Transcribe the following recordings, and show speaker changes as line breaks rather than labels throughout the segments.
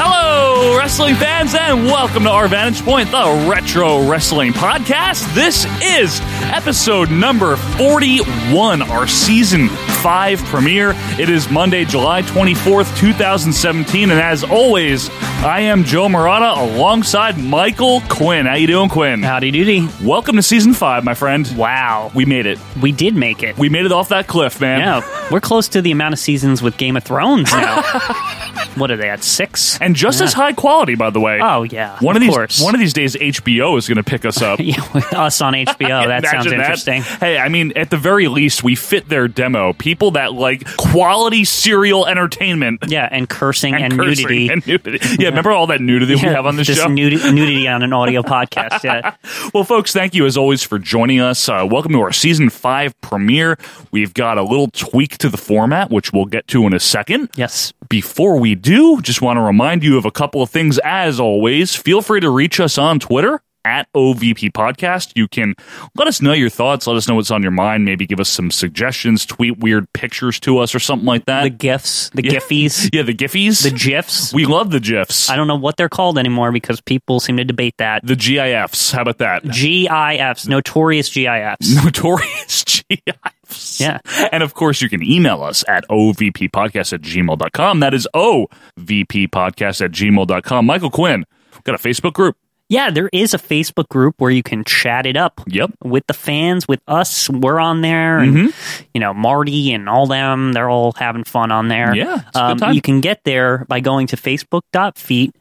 Hello, wrestling fans, and welcome to our Vantage Point, the Retro Wrestling Podcast. This is episode number 41, our season five premiere. It is Monday, July 24th, 2017, and as always, I am Joe Murata alongside Michael Quinn. How you doing, Quinn?
Howdy doody.
Welcome to season five, my friend.
Wow.
We made it.
We did make it.
We made it off that cliff, man.
yeah. We're close to the amount of seasons with Game of Thrones now. what are they at? Six?
And just as
Yeah.
high quality, by the way.
Oh, yeah,
One
of
these
course.
one of these days HBO is gonna pick us up.
Yeah, with us on HBO. Oh, That sounds
Imagine
interesting.
Hey, I mean, at the very least, we fit their demo. People that like quality serial entertainment
Yeah, and cursing
and,
and,
cursing
nudity.
and nudity. Yeah, remember all that nudity we
Yeah,
have on this
just
show?
nudi- nudity on an audio podcast. Yeah.
Well, folks, thank you as always for joining us. Uh, welcome to our season five premiere. We've got a little tweak to the format, which we'll get to in a second.
Yes.
Before we do, just want to remind you of a couple of things. As always, feel free to reach us on Twitter at OVP Podcast. You can let us know your thoughts, let us know what's on your mind, maybe give us some suggestions, tweet weird pictures to us or something like that.
The GIFs, the
Yeah.
Giffies,
yeah, the GIFs.
the GIFs.
we love the GIFs.
I don't know what they're called anymore because people seem to debate that.
the GIFs. How about that?
GIFs, notorious GIFs.
Notorious GIFs.
Yeah.
And of course, you can email us at ovppodcast at gmail.com. That is ovppodcast at gmail.com. Michael Quinn, we've got a Facebook group.
Yeah, there is a Facebook group where you can chat it up.
Yep.
With the fans, with us, we're on there, and
Mm-hmm.
you know Marty and all them, they're all having fun on there.
Yeah, it's a good
um,
time.
you can get there by going to facebook.feet,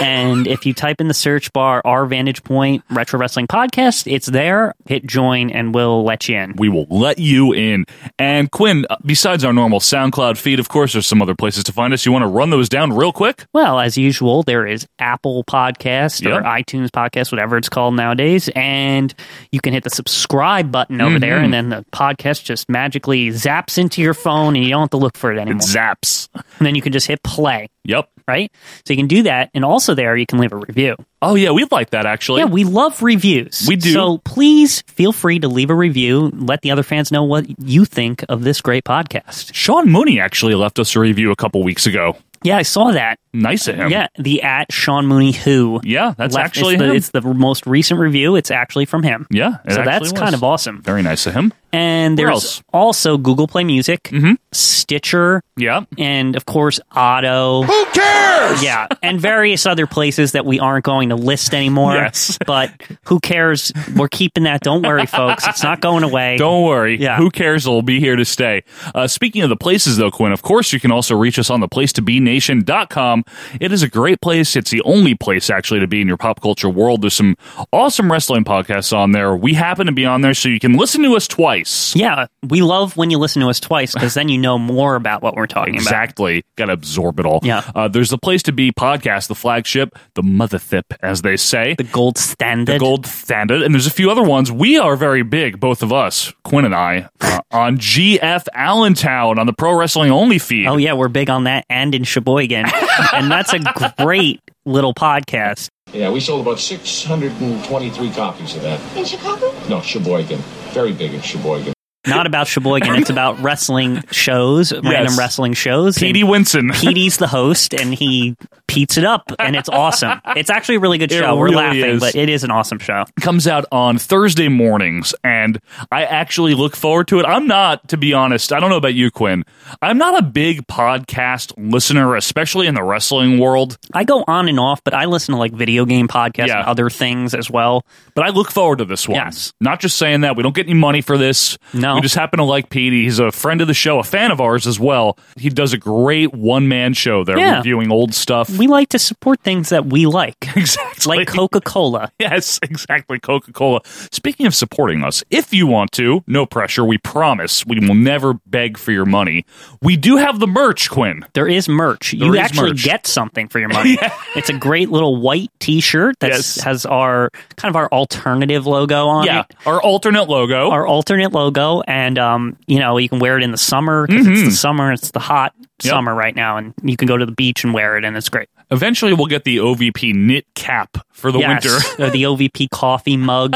and if you type in the search bar "our vantage point retro wrestling podcast," it's there. Hit join, and we'll let you in.
We will let you in. And Quinn, uh, besides our normal SoundCloud feed, of course, there's some other places to find us. You want to run those down real quick?
Well, as usual, there is Apple Podcast or
Yep.
iTunes Podcast, whatever it's called nowadays, and you can hit the subscribe button over
Mm-hmm.
there, and then the podcast just magically zaps into your phone, and you don't have to look for it anymore.
It zaps.
And then you can just hit play,
Yep.
right? So you can do that, and also there you can leave a review.
Oh, yeah, we'd like that, actually.
Yeah, we love reviews.
We do.
So please feel free to leave a review. Let the other fans know what you think of this great podcast.
Sean Mooney actually left us a review a couple weeks ago.
Yeah, I saw that.
Nice of him.
Yeah, the at Sean Mooney Who.
Yeah, that's
left-
actually
it's the,
him.
it's the most recent review. It's actually from him.
Yeah, it
so
actually was.
that's kind of awesome.
Very nice of him.
And
Where
there's
else? Mm-hmm.
also Google Play Music, Stitcher,
Yeah.
and of course Auto.
Who cares?
Yeah, and various other places that we aren't going to list anymore.
Yes.
But who cares? We're keeping that. Don't worry, folks. It's not going away.
Don't worry.
Yeah.
Who cares? It'll be here to stay. Uh, speaking of the places, though, Quinn, of course, you can also reach us on the place to be nation.com. It is a great place. It's the only place, actually, to be in your pop culture world. There's some awesome wrestling podcasts on there. We happen to be on there, so you can listen to us twice.
Yeah, we love when you listen to us twice because then you know more about what we're talking about.
Exactly. Got to absorb it all.
Yeah.
Uh, there's the place to be podcast, the flagship, the mother thip, as they say.
The gold standard.
the gold standard and there's a few other ones we are very big both of us quinn and i uh, on gf allentown on the pro wrestling only feed
Oh yeah, we're big on that and in Sheboygan, and that's a great little podcast.
Yeah, we sold about 623 copies of that.
In Chicago?
No, Sheboygan. Very big in Sheboygan.
Not about Sheboygan, it's about wrestling shows, random wrestling shows. and
Petey Winson.
Petey's the host, and he peats it up, and it's awesome. It's actually a really good
It
show. We're
really
laughing,
is.
but it is an awesome show.
comes out on Thursday mornings, and I actually look forward to it. I'm not, to be honest, I don't know about you, Quinn. I'm not a big podcast listener, especially in the wrestling world,
I go on and off, but I listen to like video game podcasts
Yeah.
and other things as well.
but I look forward to this one.
Yes.
Not just saying that. We don't get any money for this.
No.
We just happen to like Petey. He's a friend of the show, a fan of ours as well. He does a great one man show there,
Yeah.
reviewing old stuff.
We we like to support things that we like,
Exactly.
like Coca Cola.
Yes, exactly. Coca Cola. Speaking of supporting us, if you want to, no pressure. We promise we will never beg for your money. We do have the merch, Quinn.
There is merch.
There
you
is
actually
merch.
get something for your money. It's a great little white T-shirt that
Yes.
has our kind of our alternative logo on
Yeah,
it.
our alternate logo.
Our alternate logo, and um, you know, you can wear it in the summer 'cause it's the summer. It's the hot
Mm-hmm. Yep.
summer right now, and you can go to the beach and wear it, and it's great.
Eventually, we'll get the OVP knit cap for the
Yes.
winter.
Or the OVP coffee mug.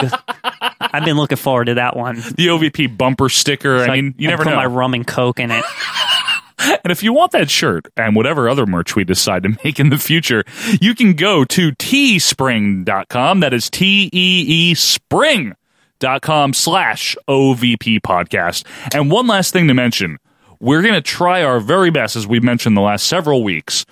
I've been looking forward to that one.
The OVP bumper sticker. I mean, you
I
never
put
know.
my rum and coke in it.
And if you want that shirt and whatever other merch we decide to make in the future, you can go to teespring.com. That is T E E spring. Dot com slash OVP podcast. And one last thing to mention we're going to try our very best, as we've mentioned the last several weeks,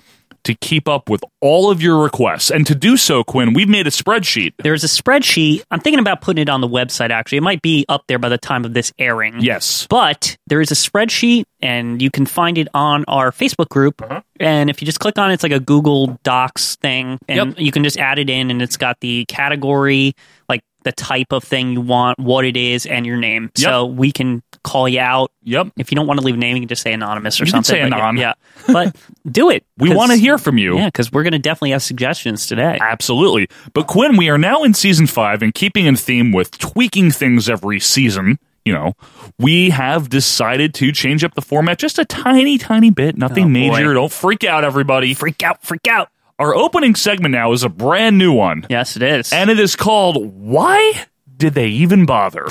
to keep up with all of your requests. And to do so, Quinn, we've made a spreadsheet.
There's a spreadsheet. I'm thinking about putting it on the website. Actually, it might be up there by the time of this airing.
Yes.
But there is a spreadsheet, and you can find it on our Facebook group.
Uh-huh.
And if you just click on it, it's like a Google Docs thing, and
Yep.
you can just add it in, and it's got the category, like the type of thing you want, what it is, and your name. So we can call you out.
Yep.
If you don't want to leave a name, you can just say anon or
You can
something.
say
but
anon.
Yeah. But do it.
We
'cause-
want to hear from you.
Yeah, because we're going to definitely have suggestions today.
Absolutely. But Quinn, we are now in season five and keeping in theme with tweaking things every season, you know, we have decided to change up the format just a tiny, tiny bit. Nothing major. Don't freak out, everybody.
Oh, Freak out, freak out.
Our opening segment now is a brand new one.
Yes, it is.
And it is called Why Did They Even Bother?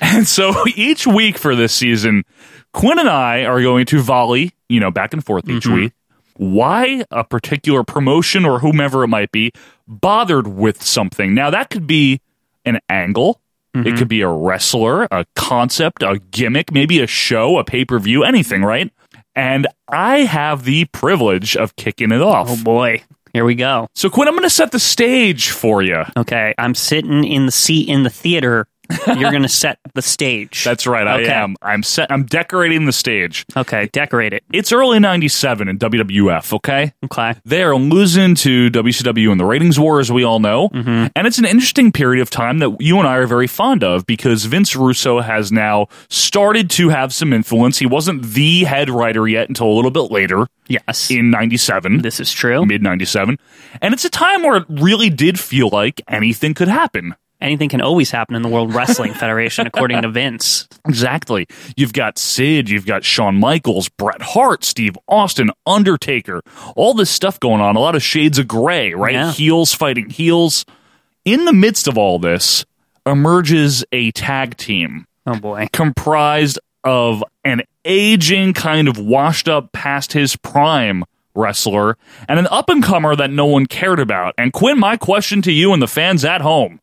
and so each week for this season, Quinn and I are going to volley, you know, back and forth each
Mm-hmm.
week, why a particular promotion or whomever it might be bothered with something. Now, that could be an angle. It
Mm-hmm.
could be a wrestler, a concept, a gimmick, maybe a show, a pay per view, anything, right? And I have the privilege of kicking it off.
oh boy, here we go.
So, Quinn, I'm going to set the stage for you.
Okay, I'm sitting in the seat in the theater. You're going to set the stage.
That's right. I
Okay.
am. I'm set. I'm decorating the stage.
okay. Decorate it.
It's early '97 in WWF. Okay,
Okay.
they are losing to WCW in the ratings war, as we all know,
Mm-hmm.
and it's an interesting period of time that you and I are very fond of because Vince Russo has now started to have some influence. He wasn't the head writer yet until a little bit later
Yes,
in '97.
this is true.
Mid 97. And it's a time where it really did feel like anything could happen.
Anything can always happen in the World Wrestling Federation, according to Vince.
Exactly. You've got Sid, you've got Shawn Michaels, Bret Hart, Steve Austin, Undertaker, all this stuff going on, a lot of shades of gray, right?
Yeah.
Heels fighting heels. In the midst of all this, emerges a tag team
Oh boy.
comprised of an aging, kind of washed up past his prime wrestler and an up and comer that no one cared about. And Quinn, my question to you and the fans at home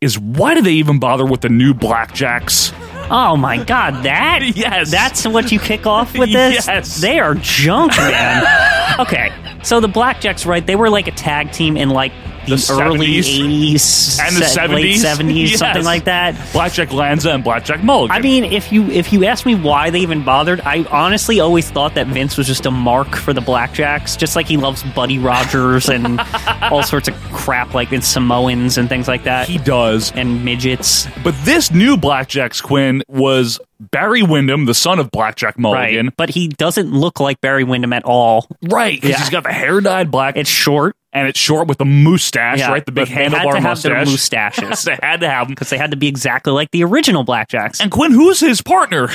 is why do they even bother with the new Blackjacks?
Oh my God. That
Yes.
That's what you kick off with this.
Yes.
They are junk, man. okay. So the Blackjacks, right? They were like a tag team in like the,
The
early
70s.
'80s
And the
se- late
70s.
'70s,
Yes.
something like that.
Blackjack Lanza and Blackjack Mulligan.
I mean, if you if you ask me why they even bothered, I honestly always thought that Vince was just a mark for the Blackjacks, just like he loves Buddy Rogers and all sorts of crap like in Samoans and things like that,
he does.
and midgets.
But this new Blackjack's Quinn was Barry Windham, the son of Blackjack Mulligan.
Right, but he doesn't look like Barry Windham at all.
Right, because
Yeah.
he's got the hair dyed black
It's short,
and it's short with the mustache,
yeah,
right? The big
but they had
handlebar
to have
mustache.
their mustaches
they had to have him.
because they had to be exactly like the original Blackjacks.
And Quinn, who's his partner?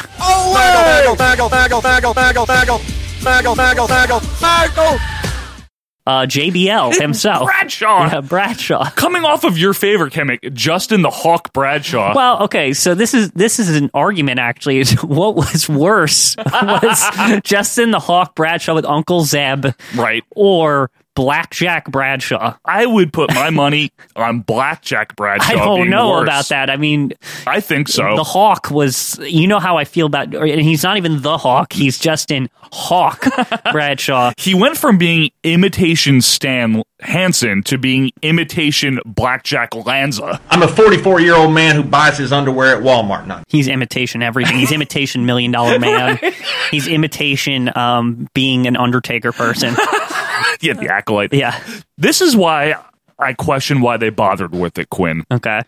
Uh, JBL himself,
Bradshaw.
yeah, Bradshaw.
Coming off of your favorite gimmick, Justin the Hawk Bradshaw.
Well, okay, so this is this is an argument actually. Is What was worse was Justin the Hawk Bradshaw with Uncle Zeb,
right.
or Blackjack Bradshaw?
I would put my money on Blackjack Bradshaw.
I don't
being
know
worse.
about that. I mean,
I think so.
the Hawk was. You know how I feel about. or- And he's not even the Hawk. He's Justin Hawk Bradshaw.
he went from being imitation Stan Hansen to being imitation Blackjack Lanza.
I'm a 44 year old man who buys his underwear at Walmart. Not
He's imitation everything. He's imitation Million Dollar Man. He's imitation um, being an Undertaker person.
yeah, the acolyte.
Yeah.
This is why I question why they bothered with it, Quinn.
Okay.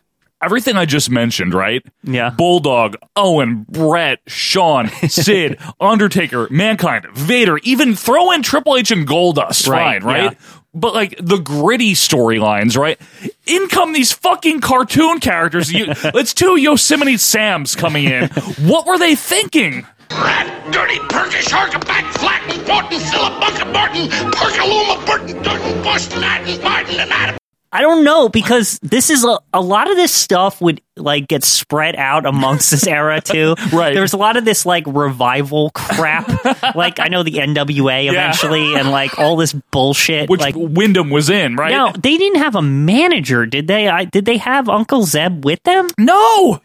Everything I just mentioned, right?
Yeah.
Bulldog, Owen, Brett, Sean, Sid, Undertaker, Mankind, Vader, even throw in Triple H and Goldust.
Right,
Fine, right?
yeah.
But like the gritty storylines, right? In come these fucking cartoon characters. You, it's two Yosemite Sams coming in. What were they thinking?
Rat, dirty, perky, shark, back, flat, and Borton, Philip, Bunker, Barton, Perkaluma, Burton, Durton, Boston, Atten, Martin, and Adam.
I don't know because this is a, a lot of this stuff would like get spread out amongst this era too.
Right.
There's a lot of this like revival crap. like I know the NWA eventually and like all this bullshit.
Which
like
Wyndham was in, right?
now they didn't have a manager, did they? I, did they have Uncle Zeb with them?
No,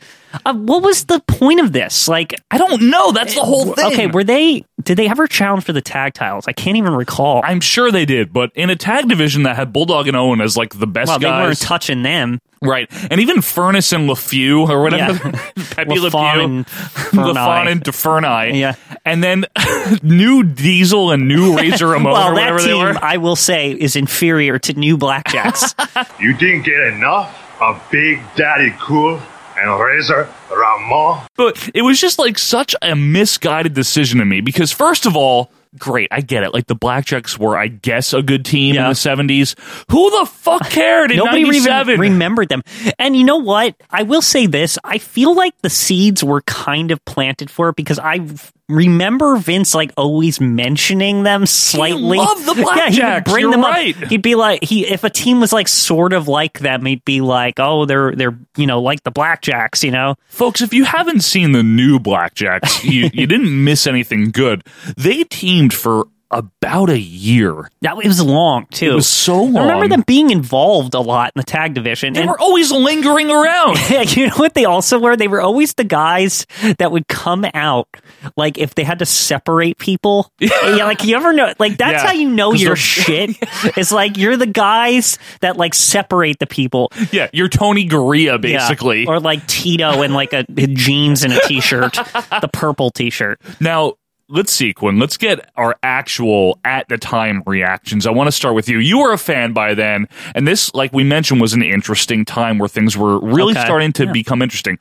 Uh, what was the point of this? Like,
I don't know. That's the whole thing.
okay, were they? Did they ever challenge for the tag titles? I can't even recall.
I'm sure they did, but in a tag division that had Bulldog and Owen as like the best
well, they weren't
guys,
touching them.
right? And even Furnace and LeFew or whatever,
Yeah.
Pepe
LaFon
LeFew,
and
LaFon
Ferneye.
and DeFernay,
Yeah.
and then New Diesel and New Razor Ramon or
Well,
whatever
that
they were.
team, I will say, is inferior to New Blackjacks.
You didn't get enough of Big Daddy Cool and Razor Ramon.
But it was just like such a misguided decision to me because first of all, great, I get it. Like the Blackjacks were, I guess, a good team in
Yeah.
the seventies. Who the fuck cared in
Nobody
ninety
even
seven?
remembered them. And you know what? I will say this. I feel like the seeds were kind of planted for it because I remember Vince like always mentioning them slightly.
loved the
Yeah, he would
Blackjacks.
bring
You're
them
right.
up. He'd be like, he if a team was like sort of like them, he'd be like, oh, they're they're you know like the Blackjacks, you know.
Folks, if you haven't seen the new Blackjacks, you, you didn't miss anything good. They teamed for about a year.
That it was long too. It
was so
I remember
long.
them being involved a lot in the tag division.
They
and
were always lingering around.
Yeah, you know what they also were? They were always the guys that would come out, like if they had to separate people. yeah, like you ever know, like that's
Yeah,
how you know
'cause
your
they're-
shit. It's like you're the guys that like separate the people,
yeah, you're Tony Garea,
Yeah.
basically.
or like Tito in like a, a jeans and a t-shirt, the purple t-shirt.
Now, let's see, Quinn. Let's get our actual at the time reactions. I want to start with you. You were a fan by then, and this, like we mentioned, was an interesting time where things were really
Okay.
starting to become interesting.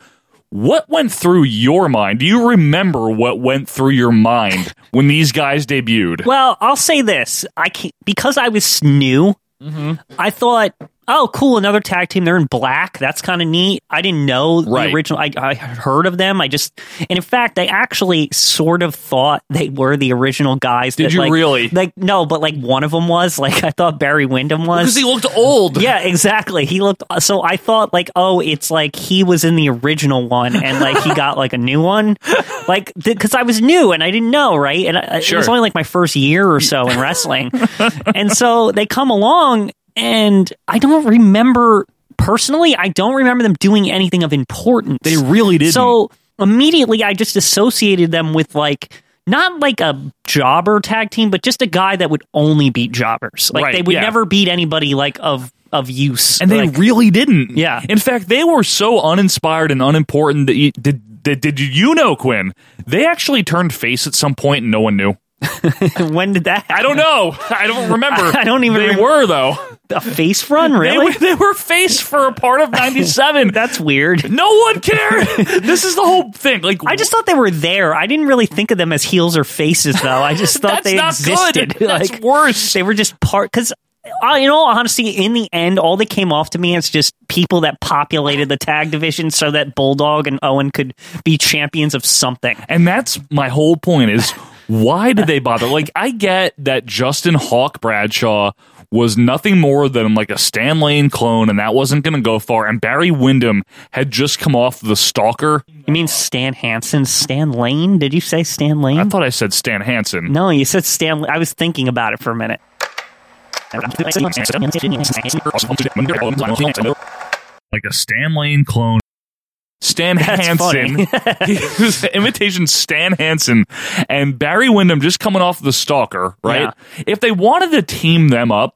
What went through your mind? Do you remember what went through your mind when these guys debuted?
Well, I'll say this: I can't, because I was new.
Mm-hmm.
I thought, oh, cool, another tag team. They're in black. That's kind of neat. I didn't know
Right.
the original. I, I heard of them. I just, and in fact, I actually sort of thought they were the original guys.
Did
that,
you
like,
really?
Like, no, but like one of them was. Like, I thought Barry Windham was.
Because he looked old.
yeah, exactly. He looked so. I thought like, oh, it's like he was in the original one, and like he got like a new one, like because I was new and I didn't know, right? And I, it
Sure.
was only like my first year or so in wrestling, and so they come along, and I don't remember personally. I don't remember them doing anything of importance.
They really didn't.
So immediately, I just associated them with like. Not like a jobber tag team, but just a guy that would only beat jobbers. Like
Right,
they would
yeah.
never beat anybody like of of use.
and they
Like,
really didn't.
Yeah.
In fact, they were so uninspired and unimportant that you, did, did did you know Quinn? They actually turned face at some point and no one knew.
when did that?
I don't know. I don't remember.
I don't even
They
rem-
were though.
a face run
They
really.
were, they were face for a part of '97.
That's weird.
no one cared. this is the whole thing. Like
I just thought they were there. I didn't really think of them as heels or faces though. I just
that's
thought they
not
existed.
good. That's
Like,
worse.
they were just part because. Uh, in all honesty, in the end, all that came off to me is just people that populated the tag division so that Bulldog and Owen could be champions of something.
And that's my whole point is why did they bother? Like I get that Justin Hawk Bradshaw was nothing more than like a Stan Lane clone and that wasn't going to go far and Barry Windham had just come off the stalker.
You mean Stan Hansen, Stan Lane? Did you say Stan Lane?
I thought I said Stan Hansen.
No, you said Stan. I was thinking about it for a minute.
Like a Stan Lane clone. Stan
That's
Hansen. He was imitation Stan Hansen and Barry Windham just coming off the stalker, right? If they wanted to team them up,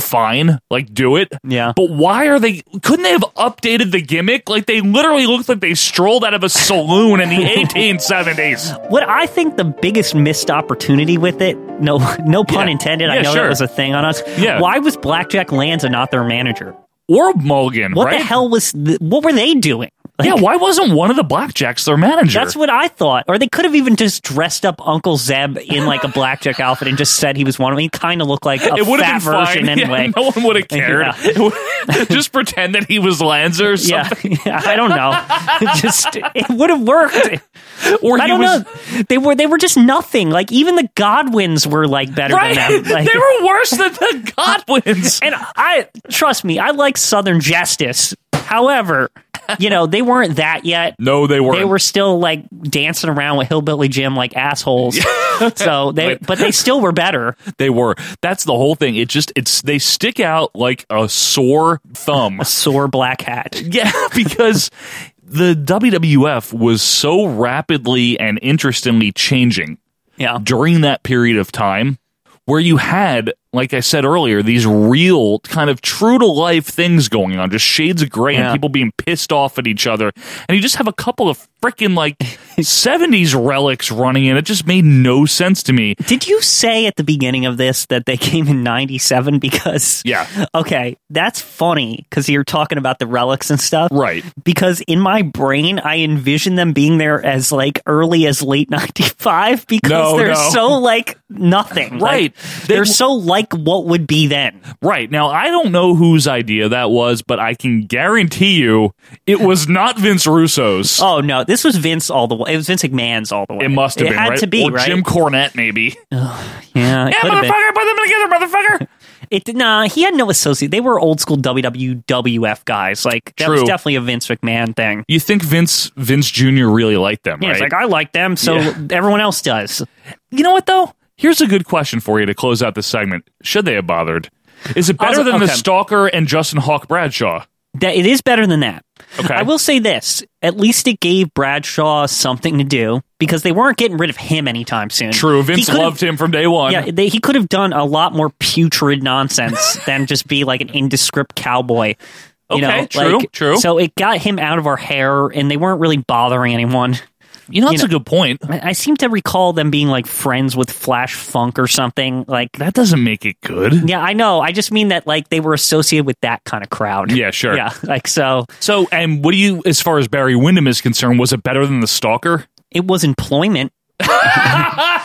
fine. Like, do it.
Mm-hmm. Yeah.
But why are they? Couldn't they have updated the gimmick? Like, they literally looked like they strolled out of a saloon in the 1870s.
What I think the biggest missed opportunity with it, no no pun
Yeah.
intended,
Yeah,
I know
sure.
that was a thing on us.
Yeah.
Why was Blackjack Lanza not their manager?
Or Mulligan,
What
right?
the hell was th- what were they doing? Like,
yeah, why wasn't one of the blackjacks their manager?
That's what I thought. Or they could have even just dressed up Uncle Zeb in like a blackjack outfit and just said he was one of them. He kind of looked like a
it would
fat
have been
version
fine. Yeah,
anyway.
no one would have cared.
Yeah.
It would- Just pretend that he was Lanza or
Yeah,
something.
yeah, I don't know. just it would have worked.
Or
I
he
don't
was,
know. They were they were just nothing. Like even the Godwins were like better
Right?
than them. Like,
they were worse than the Godwins.
and I trust me, I like Southern Justice. However, you know they weren't that yet.
No, they weren't.
They were still like dancing around with hillbilly Jim like assholes. so they,
Right.
but they still were better.
They were. That's the whole thing. It just it's they stick out like a sore thumb.
Sore black hat.
yeah, because the WWF was so rapidly and interestingly changing
Yeah,
during that period of time where you had like i said earlier these real kind of true to life things going on just shades of gray and
Yeah.
people being pissed off at each other and you just have a couple of freaking like 70s relics running in it just made no sense to me
Did you say at the beginning of this that they came in 97 because
Yeah.
Okay, that's funny cuz you're talking about the relics and stuff.
Right.
Because in my brain I envision them being there as like early as late 95 because
No,
they're
no.
so like nothing.
Right.
Like,
They-
they're so like what would be then.
Right. Now, I don't know whose idea that was, but I can guarantee you it was not Vince Russo's.
Oh no, this was Vince all the way. It was Vince McMahon's all the way.
it must have
it
been,
had
right?
to be,
or
right?
Jim Cornette, maybe.
yeah, it
yeah,
could have been.
motherfucker, put them together, motherfucker.
It did nah. He had no associate. They were old school WWF guys. Like that was
True.
definitely a Vince McMahon thing.
you think Vince Vince Jr. really liked them,
Yeah,
right?
it's like I like them, so
Yeah.
everyone else does.
you know what, though? Here's a good question for you to close out this segment. Should they have bothered? Is it better
Also-
than The
okay.
Stalker and Justin Hawk Bradshaw?
That it is better than that.
Okay.
I will say this: at least it gave Bradshaw something to do because they weren't getting rid of him anytime soon.
True.
He
Vince
could've-
loved him from day one.
Yeah, they, he could have done a lot more putrid nonsense than just be like an indescript cowboy. You
Okay,
know,
true,
like-
true.
So it got him out of our hair, and they weren't really bothering anyone.
you know, that's
you know-
a good point.
I I seem to recall them being like friends with Flash Funk or something. Like,
That doesn't make it good.
yeah, I know. I just mean that like they were associated with that kind of crowd.
Yeah, sure.
Yeah, like so
So, and what do you, as far as Barry Windham is concerned, was it better than the Stalker?
it was employment.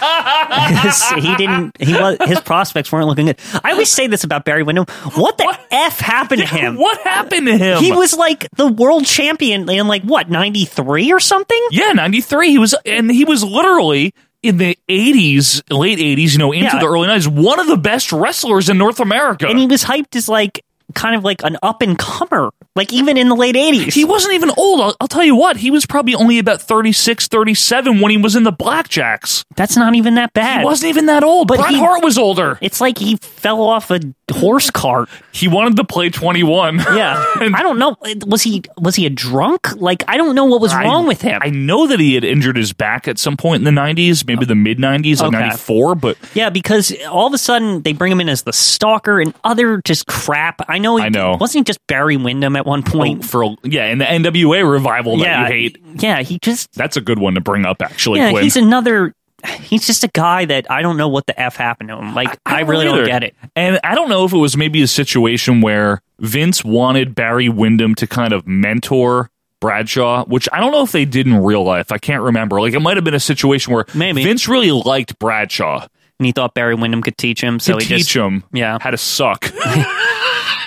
he didn't. He was his prospects weren't looking good. I always say this about Barry Windham. What the f happened to him?
What happened to him?
He was like the world champion in like what ninety three or something.
yeah, ninety three. He was, and he was literally in the eighties, late eighties, you know, into
Yeah.
the early nineties, one of the best wrestlers in North America.
and he was hyped as like kind of like an up and comer. Like even in the late eighties,
He wasn't even old. I'll, I'll tell you what, he was probably only about 36, 37 when he was in the Blackjacks.
that's not even that bad.
He wasn't even that old.
But
Bret
he-
Hart was older.
It's like he fell off a horse cart.
He wanted to play 21.
Yeah, I don't know. Was he was he a drunk? Like I don't know what was
I-
wrong with him.
I know that he had injured his back at some point in the 90s, maybe the mid 90s, like
Okay.
94, but
yeah, because all of a sudden they bring him in as the stalker and other just crap. I know. He,
I know.
Wasn't he just Barry Windham at one point?
for yeah, and the NWA revival that
yeah,
you hate.
yeah. He just
That's a good one to bring up, actually,
yeah.
Quinn.
He's another. He's just a guy that I don't know what the f happened to him. Like I, really
either.
don't get it.
And I don't know if it was maybe a situation where Vince wanted Barry Windham to kind of mentor Bradshaw, which I don't know if they did in real life. I can't remember. Like it might have been a situation where
Maybe.
Vince really liked Bradshaw
And he thought Barry Windham could teach him, so
to
he
teach
just
him
yeah.
how to suck.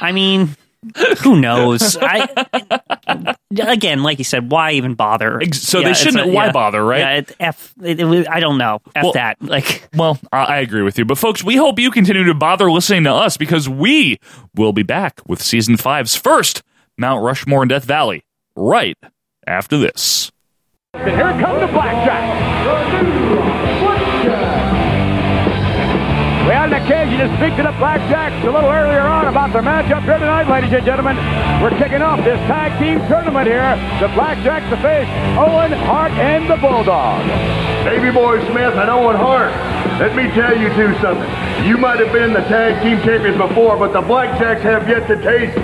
I mean, who knows? I again, like you said, why even bother?
Ex- so they
it's
shouldn't- why bother, right?
Yeah, it, f. It, it was- I don't know. F
Well-
that. Like,
well, I, I agree with you. But folks, we hope you continue to bother listening to us because we will be back with season five's first Mount Rushmore and Death Valley right after this.
And here comes the blackjack. Well, Nick Cage, you just speak to the Blackjacks a little earlier on about their matchup here tonight, ladies and gentlemen. We're kicking off this tag team tournament here. The Blackjacks, the Fish, Owen Hart, and the Bulldog.
Baby Boy Smith and Owen Hart.
Let me tell you two something. You might have been the tag team champions before, but the Blackjacks have yet to taste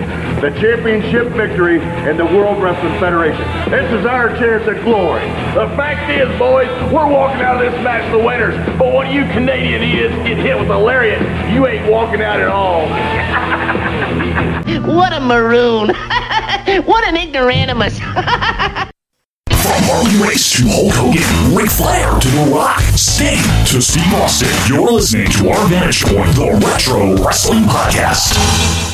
the championship victory in the World Wrestling Federation. This is our chance at glory. The fact is, boys, we're walking out of this match the winners. But what you Canadian is get hit with a lariat, you ain't walking out at all.
What a maroon. what an ignoramus.
From Harley Race to Hulk Hogan, Ric Flair to The Rock, Sting to Steve Austin, you're listening to Our Vantage Point, the Retro Wrestling Podcast.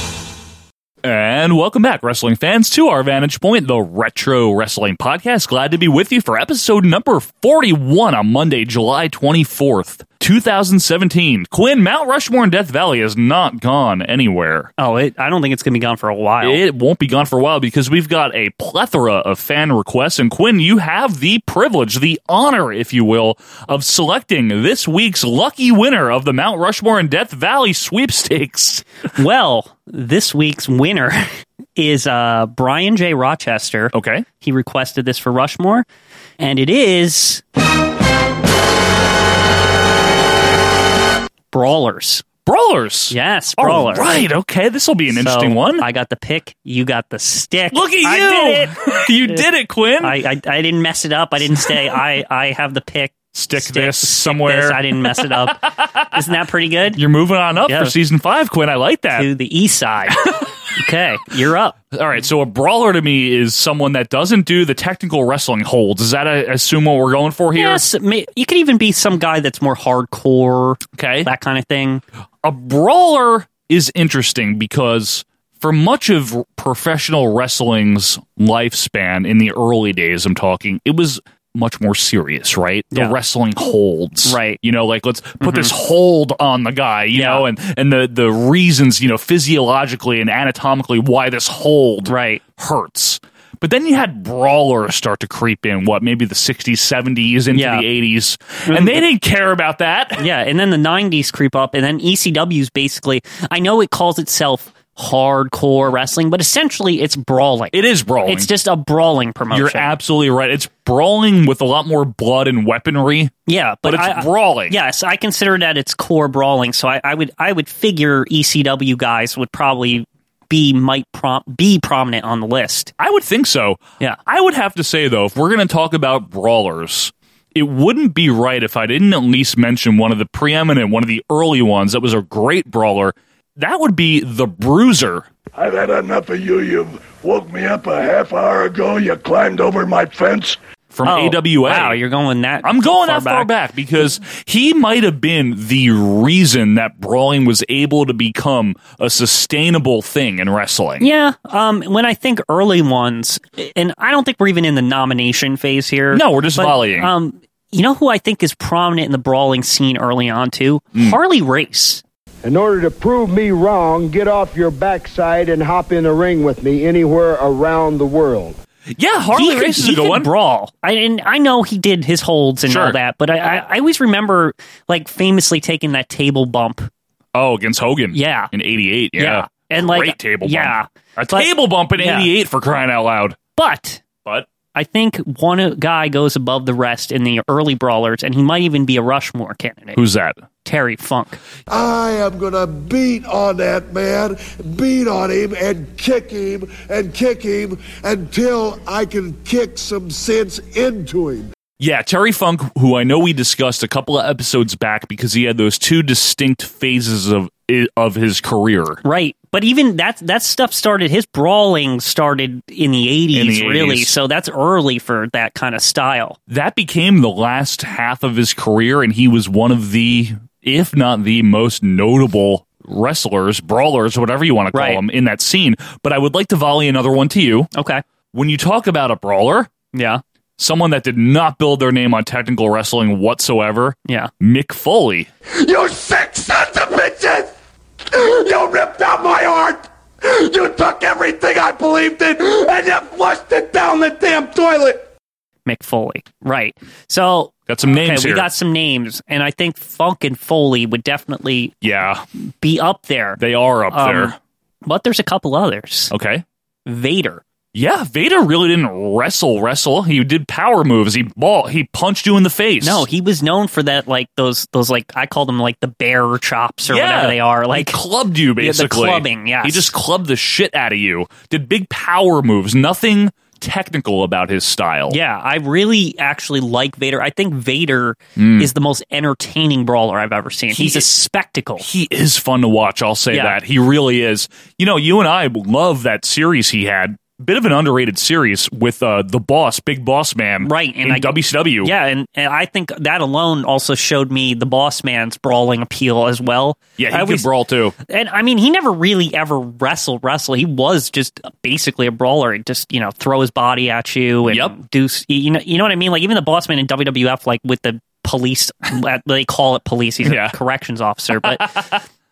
And welcome back, wrestling fans, to our Vantage Point, the Retro Wrestling Podcast. Glad to be with you for episode number 41 on Monday, July 24th, 2017. Quinn, Mount Rushmore in Death Valley is not gone anywhere.
Oh, it, I don't think it's going to be gone for a while.
It won't be gone for a while because we've got a plethora of fan requests. And Quinn, you have the privilege, the honor, if you will, of selecting this week's lucky winner of the Mount Rushmore in Death Valley sweepstakes.
well, this week's winner is uh, Brian J. Rochester.
Okay.
He requested this for Rushmore, and it is. Brawlers.
Brawlers.
Yes,
All
Brawlers.
right. Okay. This will be an interesting
So,
one.
I got the pick. You got the stick.
Look at you.
I did it.
you did it, Quinn.
I, I, I didn't mess it up. I didn't say I, I have the pick.
Stick this somewhere.
I didn't mess it up. Isn't that pretty good?
You're moving on up
Yeah.
for season five, Quinn. I like that.
to the east side. okay, you're up.
All right. So a brawler to me is someone that doesn't do the technical wrestling holds. Is that I assume what we're going for here?
Yes, may, you could even be some guy that's more hardcore,
Okay.
that kind of thing.
a brawler is interesting because for much of professional wrestling's lifespan in the early days i'm talking it was much more serious right the
Yeah.
wrestling holds
Right. Mm-hmm.
you know like let's put this hold on the guy you
Yeah.
know and and the the reasons you know physiologically and anatomically why this hold
Right.
hurts but then you had brawlers start to creep in what maybe the 60s 70s into
Yeah. Mm-hmm.
the 80s and they didn't care about that
Yeah, and then the 90s creep up, and then ECW's basically, I know it calls itself hardcore wrestling, but essentially it's brawling.
it is brawling
It's just a brawling promotion.
You're absolutely right. It's brawling with a lot more blood and weaponry.
yeah, but,
but it's
I- I-
brawling.
Yes, I consider it at its core brawling. So I, I would I would figure ECW guys would probably be might prom- be prominent on the list.
I would think so.
Yeah.
I would have to say, though, if we're going to talk about brawlers, it wouldn't be right if I didn't at least mention one of the preeminent, one of the early ones that was a great brawler. That would be the Bruiser.
I've had enough of you. You woke me up a half hour ago. You climbed over my fence.
From
Oh,
AWA.
Wow, you're going that.
I'm going that far back because he might have been the reason that brawling was able to become a sustainable thing in wrestling.
Yeah. Um. When I think early ones, and I don't think we're even in the nomination phase here.
No, we're just
but,
volleying.
Um. You know who I think is prominent in the brawling scene early on too?
Hmm.
Harley Race.
In order to prove me wrong, get off your backside and hop in a ring with me anywhere around the world.
Yeah, Harley Race
he could,
is
he
a good
could
one.
brawl. I and I know he did his holds and
Sure.
all that, but I, I I always remember like famously taking that table bump.
Oh, against Hogan.
Yeah.
In 88. Yeah.
Yeah. And, like,
Great table bump.
yeah.
A
But-
table bump in
yeah.
88 for crying out loud.
But
But
I think one guy goes above the rest in the early brawlers, and he might even be a Rushmore candidate.
who's that?
Terry Funk?
I am going to beat on that man, beat on him, and kick him, and kick him until I can kick some sense into him.
Yeah, Terry Funk, who I know we discussed a couple of episodes back because he had those two distinct phases of of his career.
Right. But even that that stuff started. His brawling started in the
In
eighties,
the
really.
80s.
So that's early for that kind of style.
That became the last half of his career, and he was one of the, if not the most notable wrestlers, brawlers, whatever you want to call
Right.
them, in that scene. But I would like to volley another one to you.
Okay.
When you talk about a brawler,
Yeah.
someone that did not build their name on technical wrestling whatsoever.
Yeah.
Mick Foley.
You sick sons of bitches! You ripped out my heart! You took everything I believed in and you flushed it down the damn toilet!
Mick Foley. Right. So
Got some names
okay, we
here.
got some names, and I think Funk and Foley would definitely
yeah,
be up there.
they are up
Um,
there.
But there's a couple others.
Okay.
Vader.
Yeah, Vader really didn't wrestle wrestle. He did power moves. He ball he punched you in the face.
No, he was known for that like those those like I call them like the bear chops or
Yeah.
whatever they are.
He
Like
clubbed you
Yeah, the
basically.
clubbing, yes.
He just clubbed the shit out of you. Did big power moves. Nothing technical about his style.
Yeah, I really actually like Vader. I think Vader
Mm.
is the most entertaining brawler I've ever seen. He's a spectacle.
He is fun to watch, I'll say
Yeah.
that. He really is. You know, you and I love that series he had. Bit of an underrated series with uh, the boss, Big Boss Man. Right.
and
in
I-
WCW.
Yeah, and, and I think that alone also showed me the boss man's brawling appeal as well.
Yeah, he
I
could
always-
brawl too.
And I mean, he never really ever wrestled wrestle. He was just basically a brawler. He just you know throw his body at you and do s- you know you know what I mean? Like even the boss man in WWF, like with the police, they call it police. He's
Yeah.
a corrections officer, but.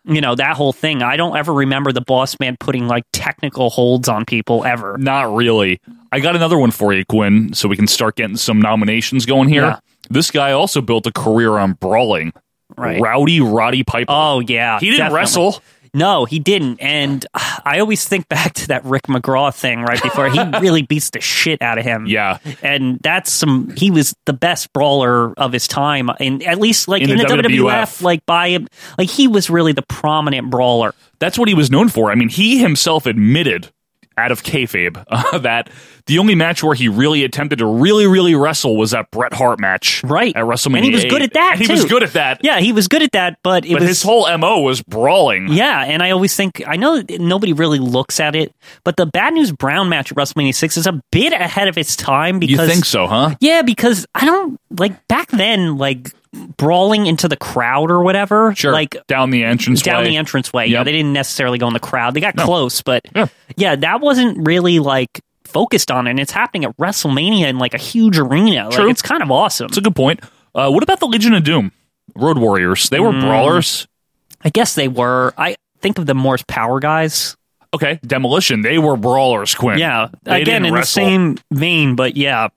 You know that whole thing. I don't ever remember the boss man putting like technical holds on people ever.
Not really. I got another one for you, Quinn, so we can start getting some nominations going here.
Yeah.
This guy also built a career on brawling.
Right.
Rowdy Roddy Piper.
Oh yeah,
He didn't
definitely.
wrestle.
No, he didn't. And uh, I always think back to that Rick McGraw thing right before he really beats the shit out of him.
Yeah.
and that's some. He was the best brawler of his time, and at least like in,
In
the,
the
WWF, like by him, like he was really the prominent brawler.
That's what he was known for. I mean, he himself admitted out of kayfabe uh, that the only match where he really attempted to really, really wrestle was that Bret Hart match, right? At WrestleMania,
And he was good
8.
at that.
And he was
too.
good at that.
Yeah, he was good at that. But it
but
was
his whole mo was brawling.
Yeah, and I always think I know that nobody really looks at it, but the Bad News Brown match at WrestleMania six is a bit ahead of its time
You
because
think so, huh?
Yeah, because I don't like back then like brawling into the crowd or whatever. Sure, like
down the entrance,
down the entrance way. Yeah,
Yep.
they didn't necessarily go in the crowd. They got close, but yeah. that wasn't really like focused on, it. and it's happening at WrestleMania in like a huge arena. Like,
True.
it's kind of awesome. It's
a good point. Uh, what about the Legion of Doom, Road Warriors? They were
Mm.
brawlers.
I guess they were. I think of the Morse Power guys.
Okay, Demolition. They were brawlers, Quinn.
Yeah,
They
again
didn't
in
wrestle.
the same vein, but yeah,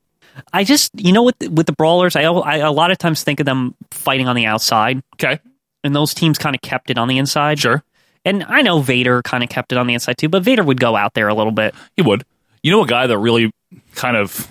I just you know with with the brawlers, I, al- I a lot of times think of them fighting on the outside.
Okay,
and those teams kind of kept it on the inside.
Sure,
and I know Vader kind of kept it on the inside too, but Vader would go out there a little bit.
He would. You know, a guy that really kind of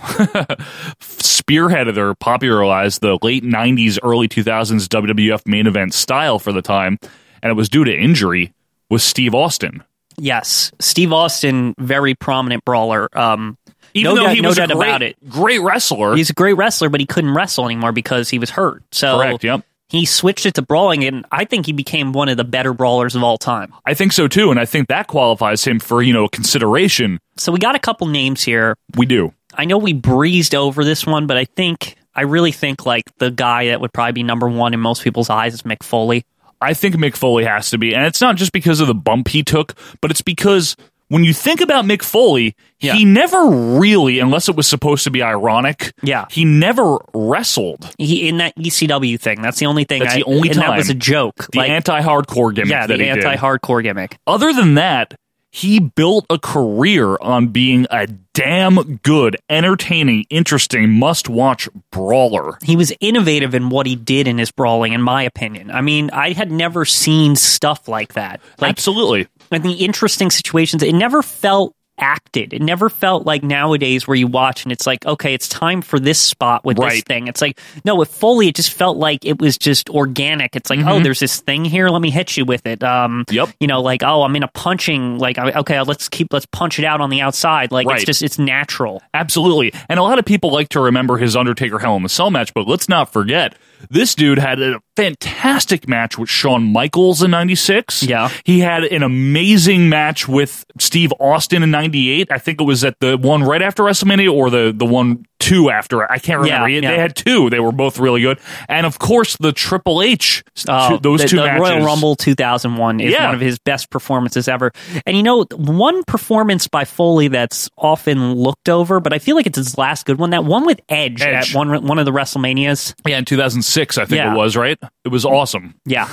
spearheaded or popularized the late 90s, early 2000s WWF main event style for the time, and it was due to injury, was Steve Austin.
Yes, Steve Austin, very prominent brawler. Um,
Even
no
though
doubt,
he
no
was a
doubt
great-
about it,
great wrestler.
He's a great wrestler, but he couldn't wrestle anymore because he was hurt. So
Correct, yep.
He switched it to brawling, and I think he became one of the better brawlers of all time.
I think so too, and I think that qualifies him for, you know, consideration.
So we got a couple names here.
We do.
I know we breezed over this one, but I think I really think like the guy that would probably be number one in most people's eyes is Mick Foley.
I think Mick Foley has to be. And it's not just because of the bump he took, but it's because when you think about Mick Foley, he never really, unless it was supposed to be ironic, yeah. he never wrestled.
He in that ECW thing. That's the only thing.
That's
I,
the only
and
time.
That was a joke.
The anti-hardcore gimmick.
Yeah,
that
the
he did.
anti-hardcore gimmick.
Other than that, he built a career on being a damn good, entertaining, interesting, must-watch brawler.
He was innovative in what he did in his brawling, in my opinion. I mean, I had never seen stuff like that. Like,
Absolutely.
And the interesting situations, it never felt acted. It never felt like nowadays where you watch and it's like, okay, it's time for this spot with this
Right.
thing. It's like, no, with Foley, it just felt like it was just organic. It's like, oh,
Mhm.
there's this thing here. Let me hit you with it. Um,
yep.
You know, like, oh, I'm in a punching. Like, I- okay, let's keep, let's punch it out on the outside. Like, it's
Right.
just, it's natural.
Absolutely. And a lot of people like to remember his Undertaker Hell in a Cell match, but let's not forget this dude had a fantastic match with Shawn Michaels in 96. Yeah. He had an amazing match with Steve Austin in 98. I think it was at the one right after WrestleMania or the, the one two after. I can't remember.
Yeah,
He-
yeah.
They had two. They were both really good. And of course, the Triple H,
Oh,
two- those
the,
two
the
matches.
Royal Rumble 2001 is
Yeah.
one of his best performances ever. And you know, one performance by Foley that's often looked over, but I feel like it's his last good one. That one with Edge,
Edge.
at one one of the WrestleManias.
Yeah, in 2006, I think
Yeah. Mm.
it was, right? It was awesome.
Yeah.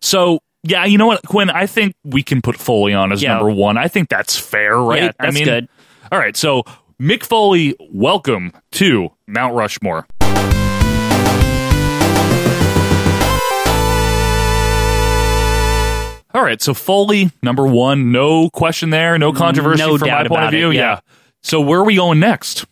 So, yeah, you know what, Quinn? I think we can put Foley on as
Yeah.
number one. I think that's fair, right?
Yeah,
I
that's
mean,
good.
All right, so Mick Foley, welcome to Mount Rushmore. All right, so Foley, number one, no question there, no controversy
No
from
doubt
my point
about
of view.
it, yeah.
yeah. So where are we going next?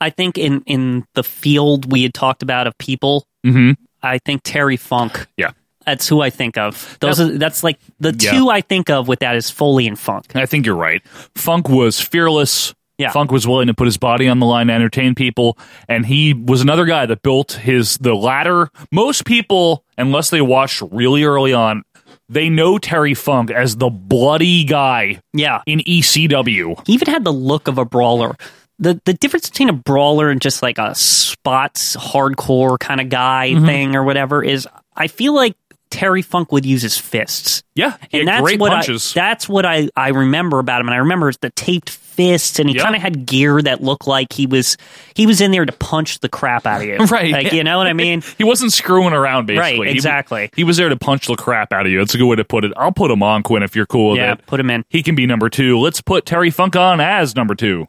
I think in in the field we had talked about of people.
Mhm.
I think Terry Funk.
Yeah.
That's who I think of. Those
That's-
are, that's like the
Yeah.
two I think of with that is Foley and Funk.
I think you're right. Funk was fearless.
Yeah.
Funk was willing to put his body on the line to entertain people, and he was another guy that built his the ladder. Most people, unless they watched really early on, they know Terry Funk as the bloody guy
Yeah.
in E ECW.
He even had the look of a brawler. The the difference between a brawler and just like a spots hardcore kind of guy
Mm-hmm.
thing or whatever is I feel like Terry Funk would use his fists.
Yeah, he
and
had
that's
great
what
punches.
I, that's what I, I remember about him, and I remember it's the taped fists, and he
Yeah.
kind of had gear that looked like he was he was in there to punch the crap out of you,
right,
Like, you know what I mean?
he wasn't screwing around, basically.
Right,
He-
exactly.
He, was there to punch the crap out of you. That's a good way to put it. I'll put him on Quinn if you're cool with
yeah,
it.
put him in.
He can be number two. Let's put Terry Funk on as number two.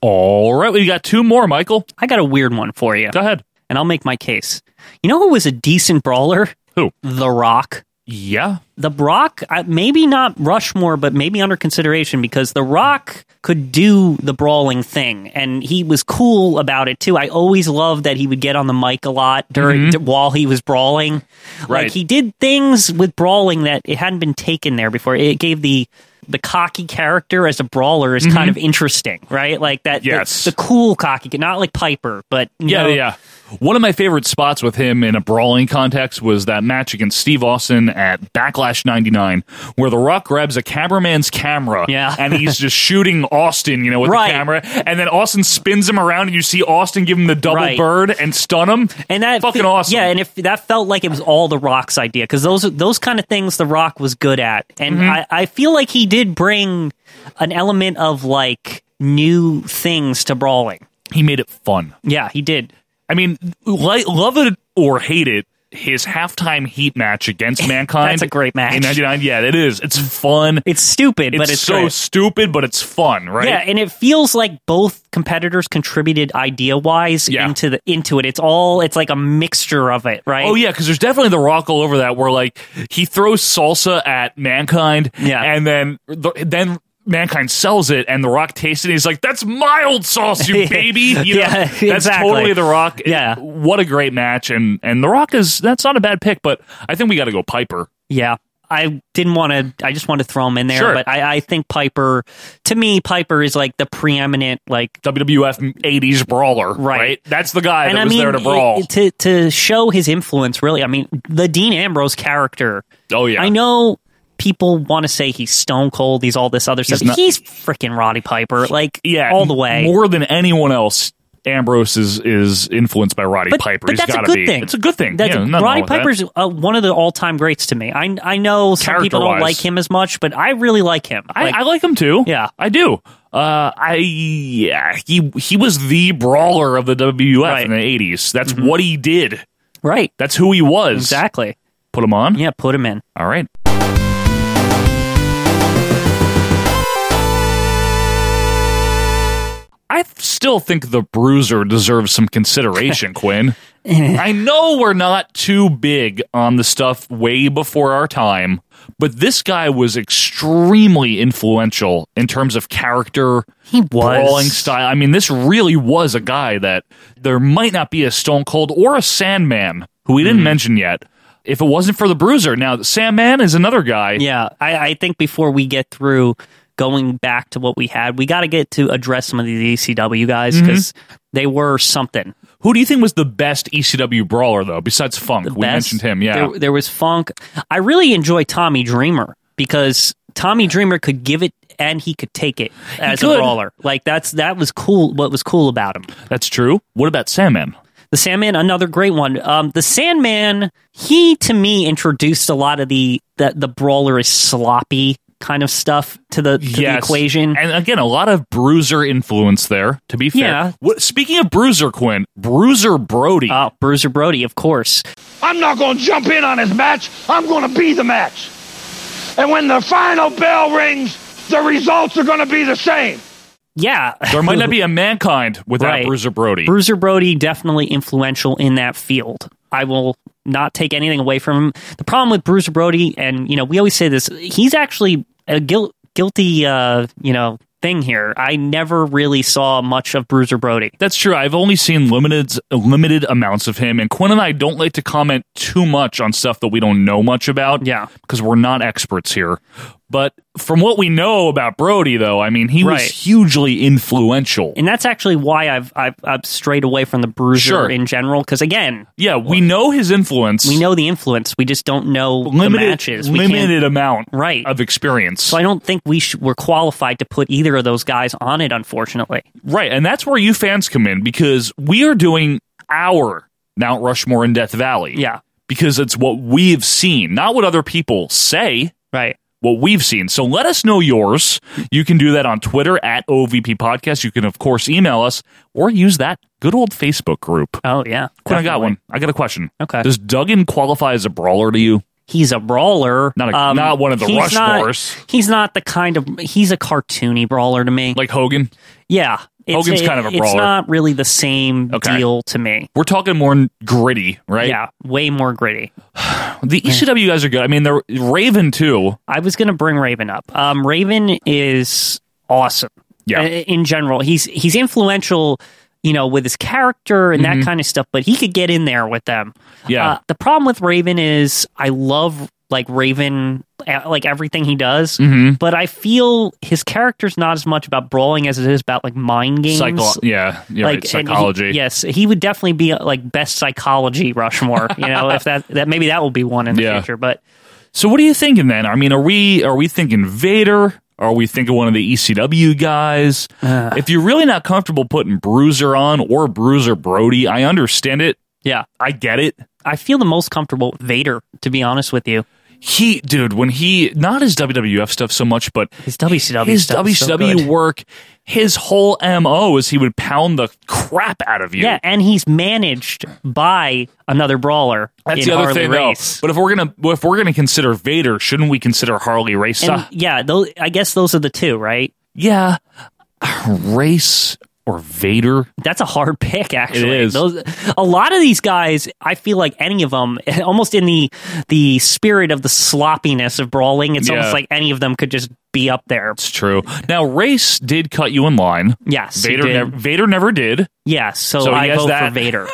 All right, we got two more, Michael.
I got a weird one for you,
Go ahead.
and I'll make my case. You know who was a decent brawler?
Who?
The Rock.
Yeah.
The Rock, I- maybe not Rushmore, but maybe under consideration because The Rock could do the brawling thing, and he was cool about it too. I always loved that he would get on the mic a lot during d- while he was brawling.
Mm-hmm. Right.
Like he did things with brawling that it hadn't been taken there before. It gave the the cocky character as a brawler is kind of interesting, right? Like that. the-
Mm-hmm. Yes.
The, cool cocky, not like Piper, but you
Yeah,
know,
yeah. One of my favorite spots with him in a brawling context was that match against Steve Austin at Backlash 99, where The Rock grabs a cameraman's camera
Yeah.
and he's just shooting Austin, you know, with
Right.
the camera. And then Austin spins him around and you see Austin give him the double
Right.
bird and stun him.
and that
fucking awesome.
Yeah, and if that felt like it was all the Rock's idea because those those kind of things the Rock was good at, and
Mm-hmm.
I, I feel like he did bring an element of like new things to brawling.
he made it fun.
Yeah, he did.
I mean, like, love it or hate it, his halftime heat match against Mankind.
That's a great match.
In 99, yeah, it is. It's fun.
It's stupid,
It's,
but it's
so
great.
stupid, but it's fun, right?
Yeah, and it feels like both competitors contributed idea wise
Yeah.
into the into it. It's all it's like a mixture of it, right?
Oh yeah, because there's definitely the rock all over that where like he throws salsa at mankind,
Yeah.
and then the, then mankind sells it, and the rock tastes it. And he's like, "That's mild sauce, you baby!" You know?
Yeah,
that's
exactly.
totally the rock.
Yeah.
what a great match, and and the rock is that's not a bad pick, but I think we got to go Piper.
Yeah. I didn't want to. I just want to throw him in there,
Sure.
but I, I think Piper, to me, Piper is like the preeminent like
WWF 80s brawler,
Right.
right? That's the guy that was there to
it-
brawl.
to to show his influence. Really, I mean, the Dean Ambrose character.
oh yeah,
I know people want to say he's Stone Cold. He's all this other stuff.
not-
he's freaking Roddy Piper, like
Yeah,
all the way.
More than anyone else, Ambrose is is influenced by Roddy
but,
Piper.
but
He's
that's a
gotta
good
be.
thing.
It's a good thing.
That's
yeah, nothing wrong
Roddy
with that.
Piper's uh, one of the all-time greats to me. I I know some people don't
Character-wise.
like him as much, but I really like him.
I,
Like,
I like him too.
Yeah.
I do. Uh, I yeah, he he was the brawler of the WWF in the eighties. That's
Mm-hmm.
what he did.
right,
That's who he was.
exactly.
Put him on.
Yeah, put him in.
All right. I th- still think the Bruiser deserves some consideration, Quinn. I know we're not too big on the stuff way before our time, but this guy was extremely influential in terms of character,
He was.
brawling style. I mean, this really was a guy that there might not be a Stone Cold or a Sandman who we didn't
Mm-hmm.
mention yet. If it wasn't for the Bruiser, now Sandman is another guy.
Yeah, I, I think before we get through going back to what we had, we got to get to address some of these ECW guys
Mm-hmm.
because they were something.
Who do you think was the best ECW brawler though, besides Funk? we
Best.
mentioned him. Yeah,
there, there was Funk. I really enjoy Tommy Dreamer because Tommy Dreamer could give it and he could take it as a
could.
brawler. Like that's that was cool. What was cool about him?
that's true. What about Sandman?
The Sandman, another great one. Um, the Sandman, he to me introduced a lot of the the, the brawler is sloppy kind of stuff to the, to the equation.
and again, a lot of Bruiser influence there. To be fair,
Yeah.
What, speaking of Bruiser, Quinn, Bruiser Brody.
Oh, Bruiser Brody, of course.
I'm not going to jump in on this match. I'm going to be the match. And when the final bell rings, the results are going to be the same.
Yeah.
there might not be a mankind without
Right.
Bruiser Brody.
Bruiser Brody definitely influential in that field. I will not take anything away from him. The problem with Bruce Brody, and you know, we always say this, he's actually a guilt, guilty, uh, you know, thing here. I never really saw much of Bruiser Brody.
That's true. I've only seen limited limited amounts of him, and Quinn and I don't like to comment too much on stuff that we don't know much about.
Yeah,
because we're not experts here. But from what we know about Brody, though, I mean, he was
Right.
hugely influential.
And that's actually why I've I've, I've strayed away from the Bruiser
Sure.
in general. Because again,
yeah, we know his influence.
we know the influence. We just don't know
limited
the matches. We can't-
limited amount
right
of experience.
So I don't think we sh- were qualified to put either of those guys on it. Unfortunately,
Right, and that's where you fans come in because we are doing our Mount Rushmore in Death Valley.
Yeah.
Because it's what we've seen, not what other people say.
Right.
What we've seen. So let us know yours. You can do that on Twitter at OVP Podcast. You can, of course, email us or use that good old Facebook group.
Oh, yeah.
Quinn, I got one. I got a question.
Okay.
Does Duggan qualify as a brawler to you?
he's a brawler,
Not a-
Um,
not one of the
he's not-
Rushmores.
he's not the kind of he's a cartoony brawler to me.
Like Hogan?
yeah, it's-
Hogan's kind of a
It's
brawler.
not really the same
Okay.
deal to me.
We're talking more gritty, right?
Yeah, way more gritty.
The ECW guys are good. I mean, they're Raven too.
I was going to bring Raven up. Um, Raven is awesome.
Yeah.
Uh, In general, he's he's influential, you know, with his character and that kind of stuff. But he could get in there with them.
Mm-hmm. Yeah.
Uh, the problem with Raven is I love like Raven, uh, like everything he does,
Mm-hmm.
but I feel his character's not as much about brawling as it is about like mind games.
Psycho- yeah, yeah, right,
and he-
psychology.
yes, he would definitely be uh, like best psychology Rushmore. You know, if that that maybe that will be one in the
Yeah.
future. But
So what are you thinking then? I mean, are we are we thinking Vader? Are we thinking one of the ECW guys?
Uh.
if you're really not comfortable putting Bruiser on or Bruiser Brody, I understand it.
yeah,
I get it.
I feel the most comfortable with Vader, to be honest with you.
He, dude, when he not his WWF stuff so much, but
His WCW
his
stuff is so
WCW
good.
work, his whole mo is he would pound the crap out of you.
Yeah, and he's managed by another brawler
That's
in
the other
Harley
thing, though.
Race.
But if we're gonna if we're gonna consider Vader, shouldn't we consider Harley Race? Uh,
And, yeah, those, I guess those are the two, right?
yeah, Race or Vader?
That's a hard pick, actually.
It is.
Those, a lot of these guys, I feel like any of them, almost in the the spirit of the sloppiness of brawling, it's
Yeah.
almost like any of them could just be up there.
It's true. Now, Race did cut you in line.
Yes, he
Vader.
did.
Never, Vader never did.
Yeah, so,
So he
I
has
vote
that.
for Vader.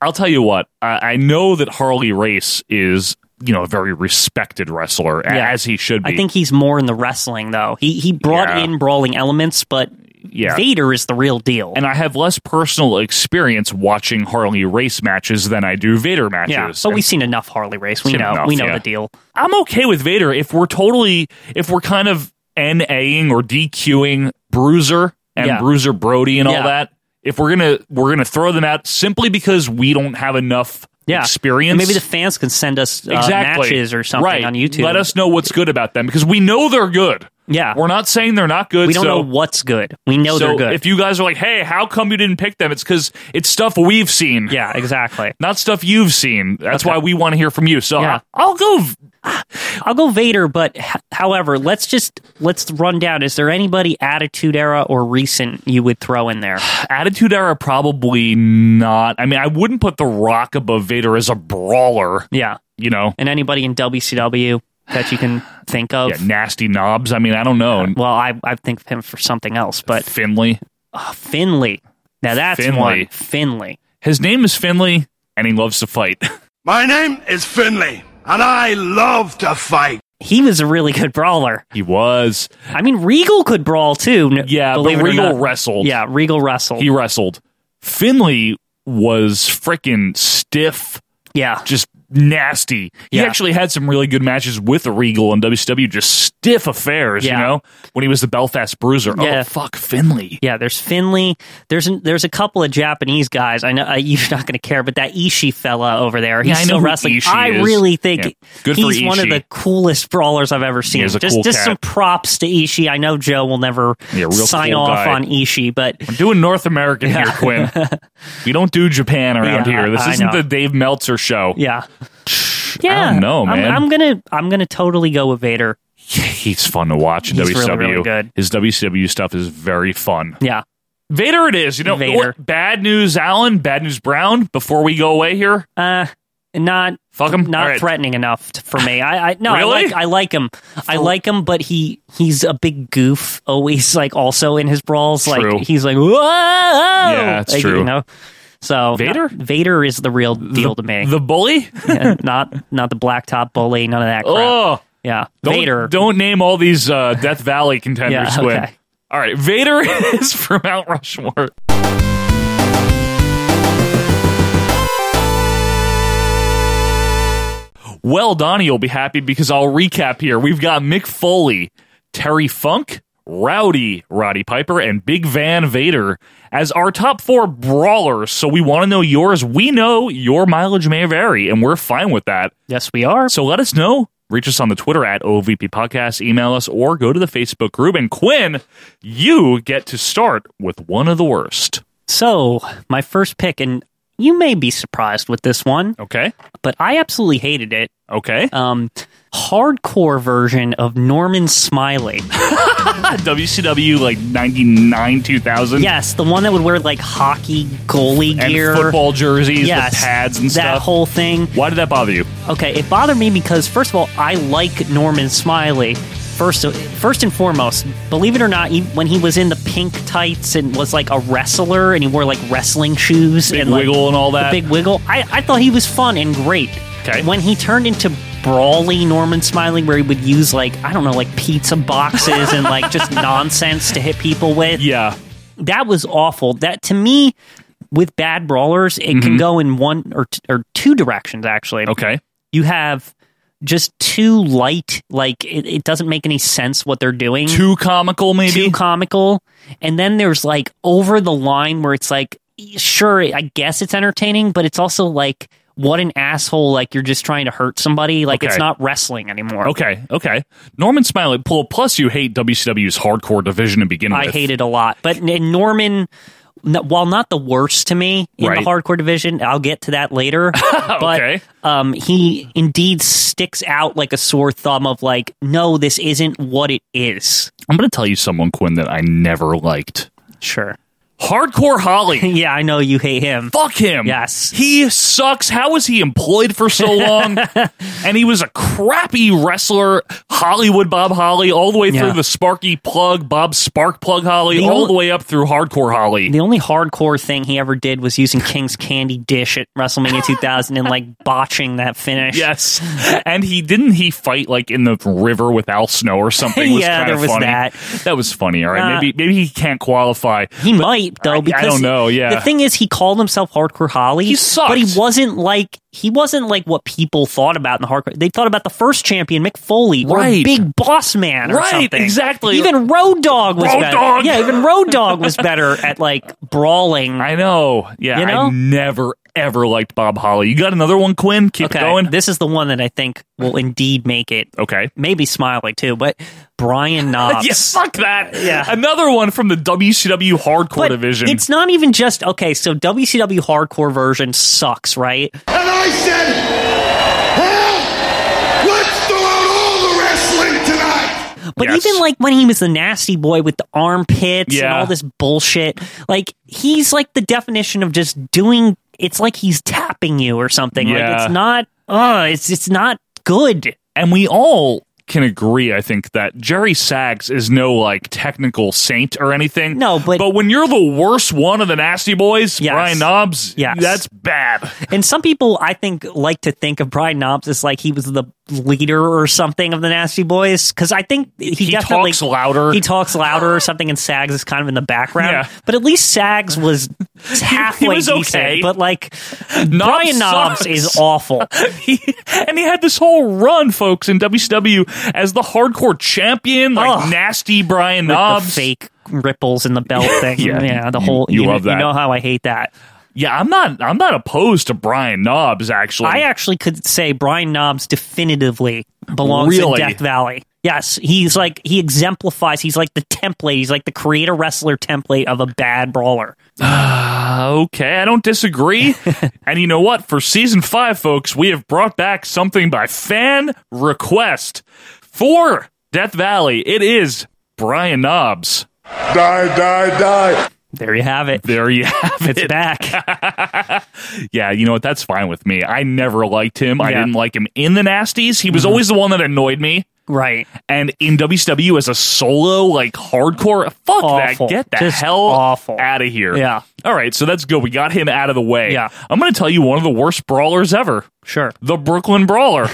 I'll tell you what. I, I know that Harley Race is, you know, a very respected wrestler, a-
Yeah.
as he should be.
I think he's more in the wrestling though. He he brought
Yeah.
in brawling elements, but
Yeah.
Vader is the real deal.
And I have less personal experience watching Harley Race matches than I do Vader matches.
yeah, but
And
we've seen enough Harley race. We
Seen
know
enough,
we know
yeah.
the deal.
I'm okay with Vader if we're totally if we're kind of NAing or DQing Bruiser and
Yeah.
Bruiser Brody and all
Yeah.
that. If we're gonna we're gonna throw them out simply because we don't have enough
Yeah,
experience.
And maybe the fans can send us uh, matches or something
right.
on YouTube.
Let us know what's good about them because we know they're good.
Yeah.
We're not saying they're not good.
We don't
so,
know what's good. We know
so
they're good.
If you guys are like, hey, how come you didn't pick them? It's because it's stuff we've seen.
yeah, exactly.
Not stuff you've seen. That's
Okay.
why we want to hear from you. So
Yeah.
I'll go. v-
I'll go Vader, but h- however, let's just let's run down. Is there anybody Attitude Era or recent you would throw in there?
Attitude Era probably not. I mean, I wouldn't put The Rock above Vader as a brawler.
Yeah,
You know,
and anybody in WCW that you can think of?
yeah, nasty knobs. I mean, I don't know.
Well, I I think of him for something else, but
Finley.
uh, Finley. Now that's
Finley.
one. Finley.
His name is Finley, and he loves to fight.
My name is Finley, and I love to fight.
He was a really good brawler.
he was.
I mean, Regal could brawl too. n-
Yeah, but
believe it or
Regal
not.
wrestled.
Yeah, Regal wrestled.
He wrestled. Finley was freaking stiff,
yeah,
just nasty. He
Yeah.
actually had some really good matches with Regal and WCW, just stiff affairs,
Yeah.
you know, when he was the Belfast Bruiser.
Yeah.
Oh, fuck, Finley.
yeah. There's Finley. There's an, there's a couple of Japanese guys. I know uh, you're not going to care, but that Ishii fella over there, he's
I know
still
who
wrestling.
Ishii
I
is.
really think
Yeah. Good for
he's one of
Ishii.
the coolest brawlers I've ever seen.
is a
just
cool
just
cat.
some props to Ishii. I know Joe will never
Yeah, real
sign
cool
off
guy.
on Ishii, but
We're doing North American here, Quinn. we don't do Japan around
Yeah,
here. This
I- I
isn't
know.
the Dave Meltzer show.
yeah,
I
yeah.
don't know,
I'm-
man.
I'm, gonna I'm gonna totally go with Vader.
He's fun to watch in
He's really,
WCW.
really good.
His WCW stuff is very fun.
Yeah,
Vader it is. You know,
Vader.
Or- bad news, Allen, bad news, Brown. Before we go away here,
uh, not
fuck him,
not threatening enough t- for me. I, I no, I
Really?
like I like him. I like him, but he he's a big goof. Always like also in his brawls,
True.
like he's like whoa, yeah,
that's true.
You know, so
Vader?
no, Vader is the real deal to me.
The bully?
Yeah, not not the blacktop bully, none of that. Crap.
Oh.
yeah,
Don't,
Vader.
Don't name all these uh, Death Valley contenders.
Yeah,
Quinn.
okay.
All right, Vader is from Mount Rushmore. Well, Donnie will be happy because I'll recap here. We've got Mick Foley, Terry Funk, Rowdy, Roddy Piper, and Big Van Vader as our top four brawlers. So we want to know yours. We know your mileage may vary, and we're fine with that.
Yes, we are.
So let us know. Reach us on the Twitter at OVP Podcast, email us, or go to the Facebook group. And Quinn, you get to start with one of the worst.
So my first pick, and you may be surprised with this one.
Okay.
But I absolutely hated it.
Okay.
Um, hardcore version of Norman Smiley.
WCW like 99, 2000.
Yes, the one that would wear like hockey goalie
And
gear,
football jerseys
Yes,
with pads and
that
stuff.
whole thing.
Why did that bother you?
Okay, it bothered me because first of all, I like Norman Smiley. First, first and foremost, believe it or not, he, when he was in the pink tights and was like a wrestler and he wore like wrestling shoes
Big
and like,
wiggle and all that.
the big wiggle, I, I thought he was fun and great. Okay, when he turned into brawly Norman Smiley, where he would use like I don't know, like pizza boxes and like just nonsense to hit people with.
Yeah,
that was awful. That to me, with bad brawlers, it can go in one or t- or two directions actually.
Mm-hmm. Okay,
you have just too light. Like it, it doesn't make any sense what they're doing.
Too comical, maybe.
Too comical, and then there's like over the line where it's like, sure, I guess it's entertaining, but it's also like. What an asshole! Like you're just trying to hurt somebody. Like it's
Okay.
not wrestling anymore.
Okay, okay. Norman Smiley, pull. plus you hate WCW's hardcore division to begin
I
with.
hate it a lot. But N- Norman, n- while not the worst to me in
Right.
the hardcore division, I'll get to that later. but
Okay.
um, he indeed sticks out like a sore thumb of like, no, this isn't what it is.
I'm going to tell you someone, Quinn, that I never liked.
Sure.
Hardcore Holly.
yeah, I know you hate him.
Fuck him.
Yes.
He sucks. How was he employed for so long? and he was a crappy wrestler, Hollywood Bob Holly, all the way
Yeah.
through the Sparky Plug, Bob Spark Plug Holly,
The
all
only-
the way up through Hardcore Holly.
The only hardcore thing he ever did was using King's Candy Dish at WrestleMania 2000 and like botching that finish.
Yes. And he didn't he fight like in the river with Al Snow or something? Was
Yeah,
kinda
there was
funny.
that.
That was funny. All right.
Uh,
maybe maybe he can't qualify.
He might
I- I
though because
don't know, yeah.
the thing is, he called himself Hardcore Holly.
He sucked.
but he wasn't like he wasn't like what people thought about in the hardcore. They thought about the first champion, Mick Foley,
Right.
or Big Boss Man, or
Right,
something.
exactly.
Even Road Dog was
Road
better.
Dogg.
Yeah, even Road Dog was better at like brawling.
I know. Yeah.
You know?
I never ever liked Bob Holly. You got another one, Quinn? Keep
okay,
going.
this is the one that I think will indeed make it.
Okay.
Maybe Smiley too, but Brian Knobs.
Yeah, fuck that.
Yeah.
Another one from the WCW hardcore
But
division.
It's not even just okay. So WCW hardcore version sucks, right?
And I said, hell, let's throw out all the wrestling tonight.
But
Yes.
even like when he was the nasty boy with the armpits and
Yeah.
all this bullshit, like he's like the definition of just doing. It's like he's tapping you or something. Like
Yeah.
it's not. Uh, it's it's not good.
and we all can agree, I think, that Jerry Sags is no like technical saint or anything.
No, but-
but when you're the worst one of the Nasty Boys,
Yes.
Brian Knobs,
Yes.
that's bad.
And some people, I think, like to think of Brian Knobs as like he was the leader or something of the Nasty Boys because I think he,
He
definitely
talks louder.
He talks louder or something, and Sags is kind of in the background.
Yeah.
But at least Sags was halfway
was
decent.
okay.
But like
Knobs
Brian Knobs
sucks.
is awful.
He, and he had this whole run, folks, in WCW as the hardcore champion, like
Ugh.
nasty Brian
with
Knobs.
the fake ripples in the belt thing.
Yeah.
yeah, the whole
You- you love that.
You know how I hate that.
Yeah, I'm not. I'm not opposed to Brian Knobs. Actually,
I actually could say Brian Knobs definitively belongs
Really?
in Death Valley. Yes, he's like he exemplifies. He's like the template. He's like the creator wrestler template of a bad brawler.
Okay, I don't disagree. and you know what? For season five, folks, we have brought back something by fan request for Death Valley. It is Brian Knobs.
Die, die, die.
There you have it.
There you have
it. It's back.
yeah, you know what? That's fine with me. I never liked him. I
Yeah. Mm-hmm.
didn't like him in the Nasties. He was always the one that annoyed me.
Right.
And in WCW as a solo, like hardcore, fuck
Awful.
that. Get the
Just
hell
awful.
out of here.
Yeah.
All right, so that's good. We got him out of the way.
Yeah.
I'm going to tell you one of the worst brawlers ever.
Sure.
The Brooklyn Brawler.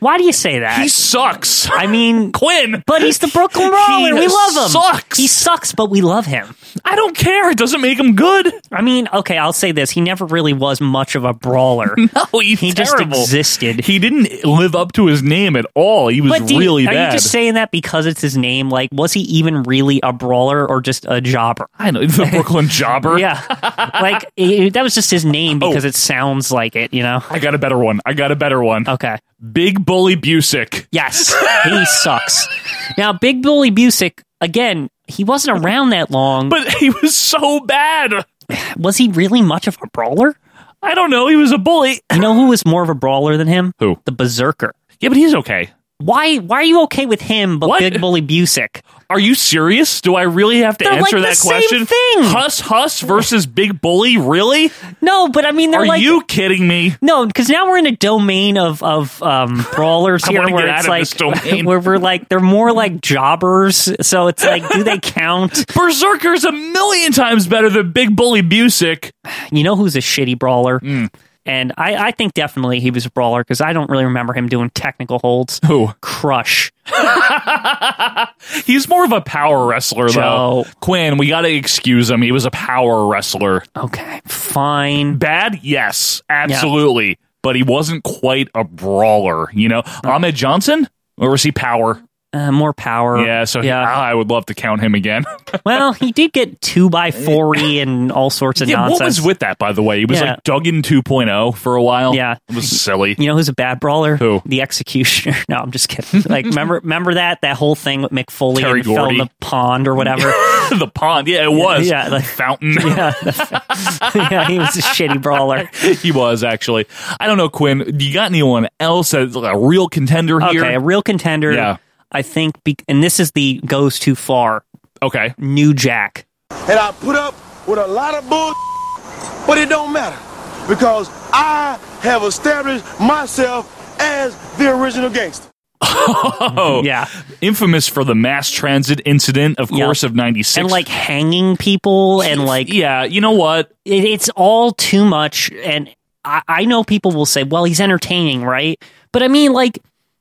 Why do you say that?
he sucks.
I mean,
Quinn.
but he's the Brooklyn
He
Brawler. We love him.
sucks.
He sucks, but we love him.
I don't care. It doesn't make him good.
I mean, okay, I'll say this. He never really was much of a brawler.
No, he's
He just
terrible.
existed.
He didn't live up to his name at all. He was
But do you-
really
are
bad.
you just saying that because it's his name? Like, was he even really a brawler or just a jobber?
I know the Brooklyn Jobber.
Yeah, like eh, that was just his name because
Oh.
it sounds like it, you know.
I got a better one. I got a better one.
Okay.
Big Bully Busick.
Yes, he sucks. Now, Big Bully Busick again. He wasn't around that long.
But he was so bad.
was he really much of a brawler?
I don't know. He was a bully.
You know who was more of a brawler than him?
Who?
The Berserker.
Yeah, but he's okay.
Why? Why are you okay with him, but
What?
Big Bully Busick?
Are you serious? Do I really have to
They're like
answer
the
that
same
question?
thing.
Huss Huss versus Big Bully? Really?
No, but I mean, they're
Are
like
you kidding me?
No, because now we're in a domain of of um, brawlers
I
here,
wanna
where
get
it's
out of
like
this domain.
where we're like they're more like jobbers. So it's like, do they count?
Berserker's a million times better than Big Bully Busick.
You know who's a shitty brawler?
Hmm.
And I, I think definitely he was a brawler because I don't really remember him doing technical holds.
Who?
Crush.
He's more of a power wrestler,
Joe.
though. Quinn, we got to excuse him. He was a power wrestler.
Okay, fine.
Bad? Yes, absolutely. But he wasn't quite a brawler, you know? Ahmed Johnson? Or was he power?
Uh, more power.
Yeah, so he-
yeah.
I would love to count him again.
well, he did get two by forty and all sorts of
yeah,
nonsense.
what was with that, by the way? He was
Yeah.
like Duggan 2.0 for a while.
Yeah.
It was silly.
You know who's a bad brawler?
Who?
The Executioner. No, I'm just kidding. Like, remember, remember that that whole thing with McFoley
Terry
and he fell in
Gordy.
the pond or whatever.
the pond. Yeah, it was.
yeah, like-
fountain.
yeah, yeah, he was a shitty brawler.
he was, actually. I don't know, Quinn. You got anyone else as a real contender here?
Okay, a real contender.
Yeah.
I think, be- and this is the goes too far.
Okay.
New Jack.
And I put up with a lot of bull, but it don't matter because I have established myself as the original gangster.
Oh,
Yeah,
Infamous for the mass transit incident, of
Yeah.
course, of 96.
and like hanging people, and like
yeah, you know what?
it, it's all too much. And I, I know people will say, well, he's entertaining, right? But I mean, like,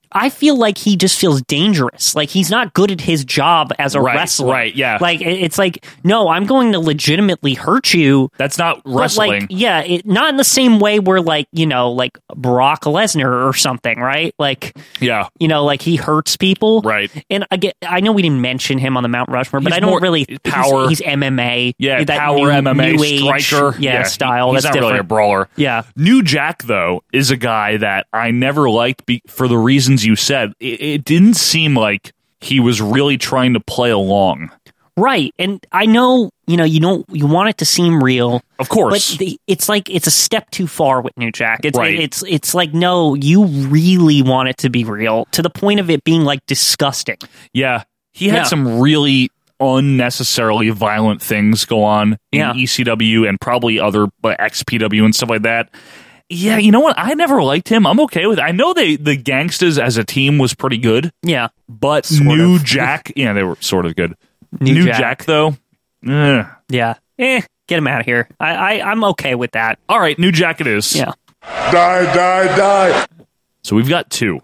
I feel like he just feels dangerous. Like, he's not good at his job as a
Right,
wrestler.
right, yeah.
Like, it- it's like, no, I'm going to legitimately hurt you.
That's not
but,
wrestling.
like, yeah, it, not in the same way where, like, you know, like Brock Lesnar or something, right? Like,
yeah.
you know, like he hurts people,
Right.
And I get, I know we didn't mention him on the Mount Rushmore, but
He's
I don't
more
really
power.
He's, he's MMA,
Yeah,
that
power
new-
MMA
new age,
striker.
yeah, style.
He's
that's
not
different.
really a brawler.
Yeah.
New Jack though is a guy that I never liked be- for the reasons you said. It-, it didn't seem like he was really trying to play along.
Right. And I know, you know, you don't you want it to seem real.
Of course.
But the, it's like it's a step too far with New Jack. It's
Right.
it's it's like no, you really want it to be real to the point of it being like disgusting.
yeah, he had
Yeah.
some really unnecessarily violent things go on in
Yeah.
ECW and probably other uh, XPW and stuff like that. Yeah, you know what? I never liked him. I'm okay with. I know they the gangsters as a team was pretty good.
Yeah.
But
Sort
New
of.
Jack, yeah, they were sort of good.
New
New,
Jack.
Jack. though, eh.
Yeah. Eh, get him out of here. I, I I'm okay with that.
all right, New Jack it is.
Yeah.
Die, die, die.
So we've got two.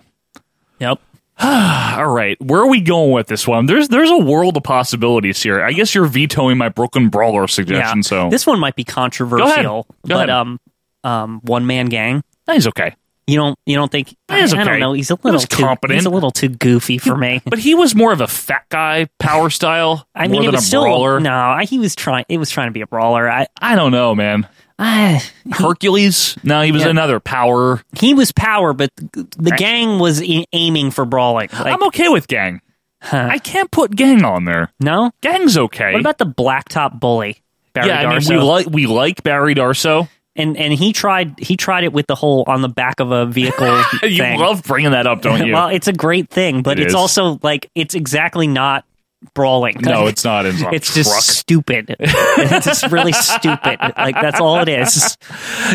Yep.
All right, where are we going with this one? There's there's a world of possibilities here. I guess you're vetoing my Brooklyn Brawler suggestion. So
this one might be controversial,
Go
but
ahead.
um um one man gang.
that is okay.
You don't you don't think I,
He's
I
okay.
don't know, he's a
He
little
was
too,
competent.
he's a little too goofy for me.
But he was more of a fat guy power style.
I
more
mean, it
than
was
a
still
brawler.
no. I, he was trying. It was trying to be a brawler. I,
I don't know, man.
I
Hercules? No, he was
Yeah.
another power.
he was power, but the, the gang was a- aiming for brawling. Like,
I'm okay with Gang. I can't put Gang on there.
no.
Gang's okay.
What about the blacktop bully? Barry
yeah, I mean,
Darso?
we like we like Barry Darso.
and and he tried he tried it with the whole on the back of a vehicle
You
thing.
love bringing that up, don't Oh, you?
well, it's a great thing, but
It
it's
is.
also like it's exactly not brawling.
No, it's not in a
it's just
truck.
stupid. it's just really stupid. Like that's all it is.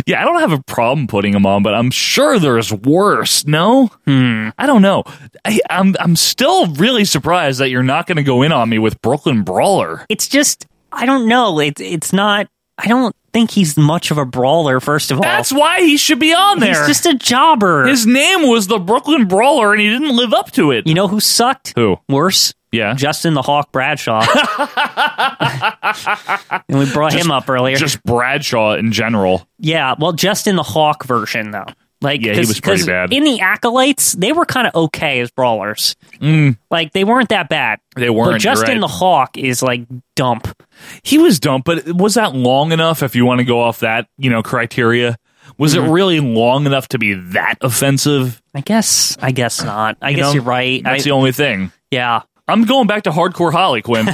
Yeah, I don't have a problem putting them on, but I'm sure there's worse. No,
Hmm.
I don't know. I, I'm I'm still really surprised that you're not going to go in on me with Brooklyn Brawler.
It's just I don't know. It's it's not. I don't think he's much of a brawler. First of all,
That's why he should be on there.
He's just a jobber.
His name was the Brooklyn Brawler, and he didn't live up to it.
you know who sucked?
Who?
Worse.
Yeah.
Justin the Hawk Bradshaw. and we brought him up earlier.
Just Bradshaw in general.
Yeah, well, just in the Hawk version though. Like,
Yeah, he
'cause-
was pretty
'cause
bad.
In the acolytes, they were kind of okay as brawlers. Like they weren't that bad.
Mm. They weren't,
But
you're
just
right.
in the Hawk is like dump.
He was dumb, but was that long enough? If you want to go off that, you know, criteria, was
Mm-hmm.
it really long enough to be that offensive?
I guess. I guess not. I guess
know,
you're right.
That's
I-
the only thing.
yeah.
I'm going back to hardcore Holly Quinn.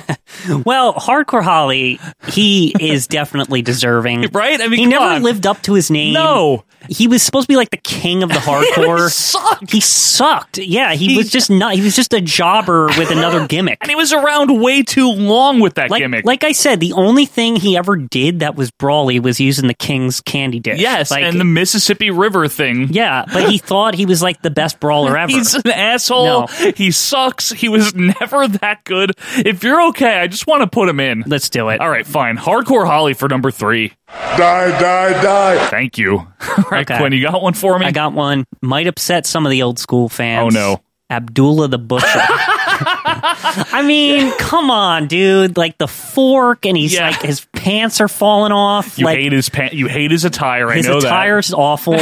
Well, Hardcore Holly, he is definitely deserving.
Right? I mean,
he
come
never
on.
lived up to his name.
No.
He was supposed to be like the king of the hardcore.
sucked.
He sucked. Yeah, he, was just not. He was just a jobber with another gimmick.
and he was around way too long with that
like,
gimmick.
like I said, the only thing he ever did that was brawly was using the king's candy dish.
yes,
like,
and the Mississippi River thing.
yeah, but he thought he was like the best brawler ever.
He's an asshole.
No.
He sucks. He was never that good. If you're okay, I just want to put him in.
Let's do it.
All right, fine. Hardcore Holly for number three.
Die, die, die.
Thank you. All right,
Okay.
Quinn, you got one for me?
I got one. Might upset some of the old school fans.
Oh, no.
Abdullah the Butcher. I mean, come on, dude. Like the fork, and he's
Yeah.
like his pants are falling off.
you
like
hate his pant. You hate his attire. I
his
know
attire's awful,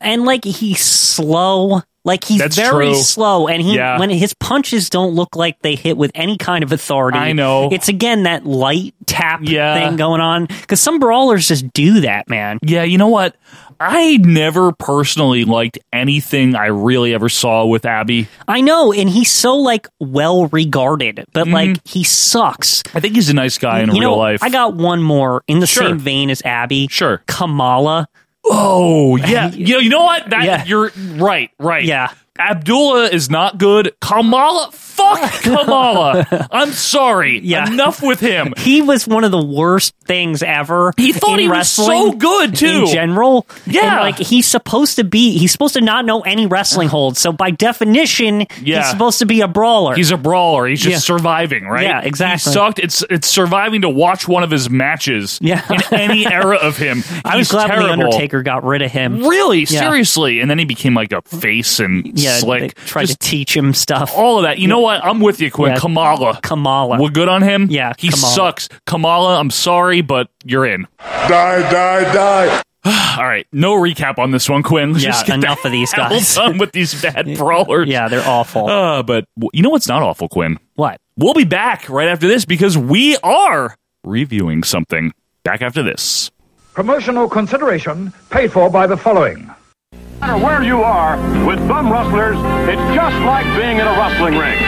and like he's slow. Like he's
That's
very
true.
slow, and he
Yeah.
when his punches don't look like they hit with any kind of authority.
I know.
it's again that light tap
Yeah.
thing going on because some brawlers just do that, man.
that. Yeah, you know what? I never personally liked anything I really ever saw with Abby.
I know, and he's so like well regarded, but like he sucks.
I think he's a nice guy Mm-hmm. in
you
real
know,
life.
I got one more in the
Sure.
same vein as Abby.
Sure.
Kamala.
Oh yeah, you know, you know what? That
Yeah.
you're right, right.
Yeah.
Abdullah is not good. Kamala, fuck Kamala. I'm sorry.
Yeah.
enough with him.
He was one of the worst things ever.
He thought
in
he was so
wrestling,
good too.
In general,
Yeah.
And, like he's supposed to be, he's supposed to not know any wrestling holds. So by definition,
Yeah.
he's supposed to be a brawler.
He's a brawler. He's just
Yeah.
surviving, right?
Yeah, exactly.
He sucked. It's it's surviving to watch one of his matches.
Yeah.
in any era of him,
I
He's
was glad
terrible.
when the Undertaker got rid of him.
Really,
Yeah.
seriously, and then he became like a face and
Yeah,
slick.
they tried
Just Oh.
to teach him stuff.
all of that. You know what? I'm with you, Quinn.
Yeah.
Kamala.
Kamala.
We're good on him.
Yeah,
he
Kamala.
sucks. Kamala, I'm sorry, but you're in.
Die, die, die.
All right, no recap on this one, Quinn. Let's
Yeah,
just get
enough
the
of these
hell
guys.
done with these bad brawlers.
yeah, they're awful.
Uh, but w- you know what's not awful, Quinn?
what?
We'll be back right after this because we are reviewing something. Back after this.
Promotional consideration paid for by the following.
No matter where you are, with bum rustlers, it's just like being in a wrestling ring.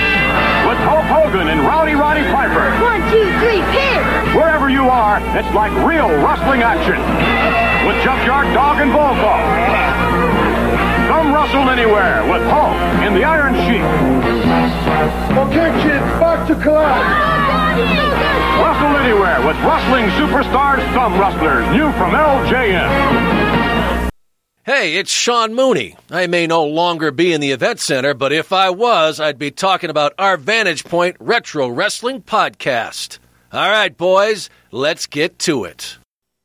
With Hulk Hogan and Rowdy Roddy Piper.
One, two, three, pin!
Wherever you are, it's like real wrestling action. With Junkyard Dog and Volkov. Come wrestle anywhere with Hulk in the Iron Sheik. Okay, kids, back to class. Wrestle anywhere with wrestling superstars, Thumb Rustlers, new from LJN.
Hey, it's Sean Mooney. I may no longer be in the event center, but if I was, I'd be talking about our Vantage Point Retro Wrestling Podcast. All right, boys, let's get to it.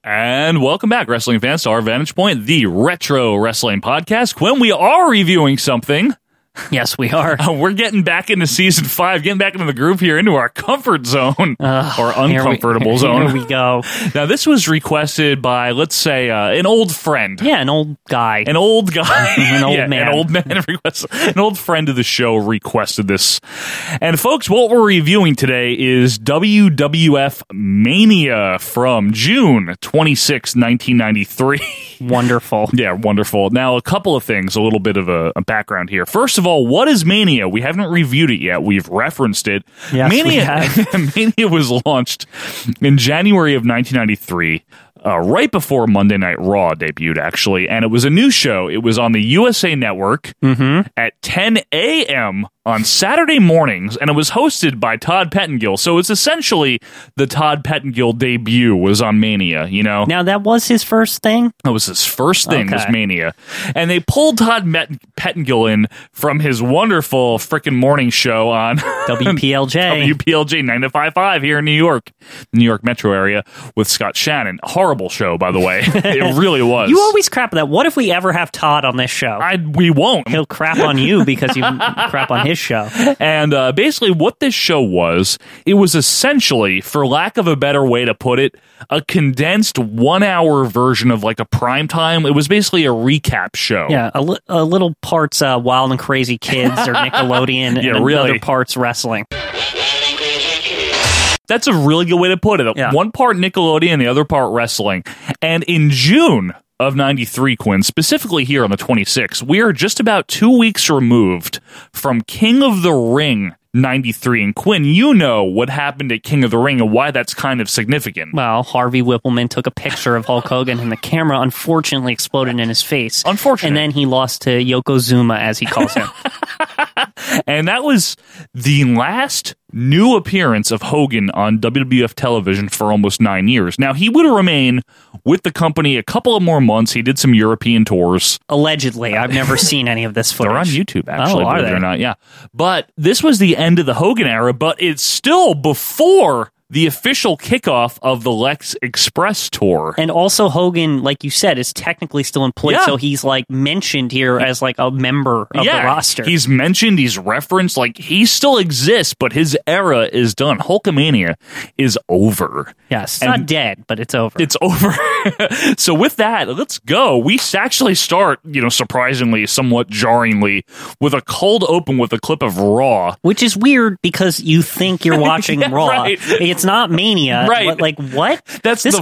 And welcome back, wrestling fans, to our Vantage Point, the Retro Wrestling Podcast. When we are reviewing something,
Yes, we are.
Uh, we're getting back into season five, getting back into the groove here, into our comfort zone or
Here we-
uncomfortable
Here
zone.
we go.
now, this was requested by, let's say, uh, an old friend.
Yeah, an old guy.
An old guy,
An old
Yeah,
man.
an old man requested, an old friend of the show requested this. And folks, what we're reviewing today is WWF Mania from June 26, 1993.
Wonderful.
Yeah, wonderful. Now, a couple of things, a little bit of a, a background here. First of all, what is Mania? We haven't reviewed it yet. We've referenced it.
Yes, we
Mania,
have.
Mania was launched in January of 1993. Uh, right before Monday Night Raw debuted,
Mm-hmm.
actually, and it was a new show. It was on the USA Network at 10 a.m. on Saturday mornings, and it was hosted by Todd Pettengill. So it's essentially the Todd Pettengill debut was on Mania. You know,
Now that was his first thing.
that was his first thing was
Okay.
Mania, and they pulled Todd Met- Pettengill in from his wonderful frickin' morning show on WPLJ, WPLJ nine to five five here in New York, New York metro area with Scott Shannon. Horrible show, by the way. it really was.
You always crap on that. What if we ever have Todd on this show? I,
we won't.
He'll crap on you because you crap on his show.
And uh, basically, what this show was, it was essentially, for lack of a better way to put it, a condensed one hour version of like a prime time. It was basically a recap show.
Yeah, a, li- a little parts uh, Wild and Crazy Kids or Nickelodeon,
Yeah,
and
really.
other parts wrestling.
That's a really good way to put it. One part Nickelodeon, the other part wrestling. And in June of 93, Quinn, specifically here on the 26th, we are just about two weeks removed from King of the Ring 93. And Quinn, you know what happened at King of the Ring and why that's kind of significant.
Well, Harvey Whippleman took a picture of Hulk Hogan, and the camera unfortunately exploded in his face. Unfortunately, and then he lost to Yokozuna, as he calls him.
And that was the last new appearance of Hogan on WWF television for almost nine years. Now, he would remain with the company a couple of more months. He did some European tours.
Allegedly, I've never seen any of this footage.
They're on YouTube, actually,
Oh, are
believe it
they?
or not. Yeah. But this was the end of the Hogan era, but it's still before the official kickoff of the Lex Express tour.
And also Hogan, like you said, is technically still employed,
Yeah.
so he's like mentioned here as like a member of
yeah,
the roster.
He's mentioned, he's referenced, like he still exists, but his era is done. Hulkamania is over.
Yes, it's not dead, but it's over.
It's over. so with that, let's go. We s- actually start, you know, surprisingly, somewhat jarringly, with a cold open with a clip of Raw.
Which is weird because you think you're watching
Yeah,
Raw.
right.
It's not Mania.
Right.
But, like what?
That's
this
the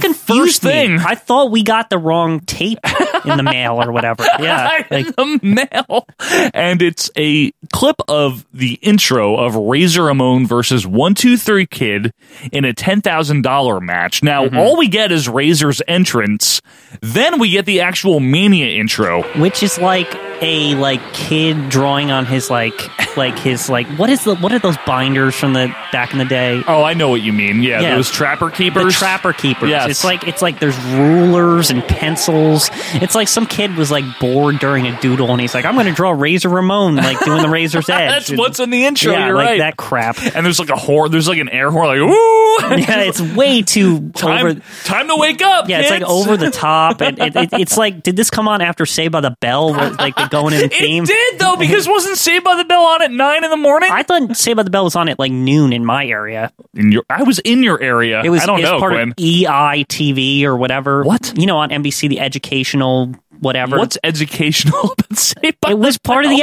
first
confused
thing.
Me. I thought we got the wrong tape in the mail or whatever. Yeah. Like
the mail. And it's a clip of the intro of Razor Ramon versus 123 Kid in a $10,000 match. Now,
Mm-hmm.
all we get is Razor's entrance. Then we get the actual Mania intro.
which is like a like kid drawing on his like like his like what is the what are those binders from the back in the day?
Oh, I know what you mean. Yeah, those trapper keepers.
The trapper keepers.
Yes.
It's like it's like there's rulers and pencils. It's like some kid was like bored during a doodle and he's like, I'm gonna draw Razor Ramon like doing the razor's edge.
That's
And-
what's in the intro.
Yeah,
you're
like
right.
that crap.
And there's like a horn. There's like an air horn. Like ooh.
yeah, it's way too
time,
over.
time to wake up.
Yeah, it's like
kids.
over the top. It, it, it, it's like, did this come on after Saved by the Bell? Where, like the going in theme.
It did though because wasn't Saved by the Bell on at nine in the morning?
I thought Saved by the Bell was on at like noon in my area.
In your, I was in your area.
It was,
I don't
it was
know,
part
Quinn.
of E EITV or whatever. What you know on NBC the educational whatever.
What's educational? about Saved by
it was part of the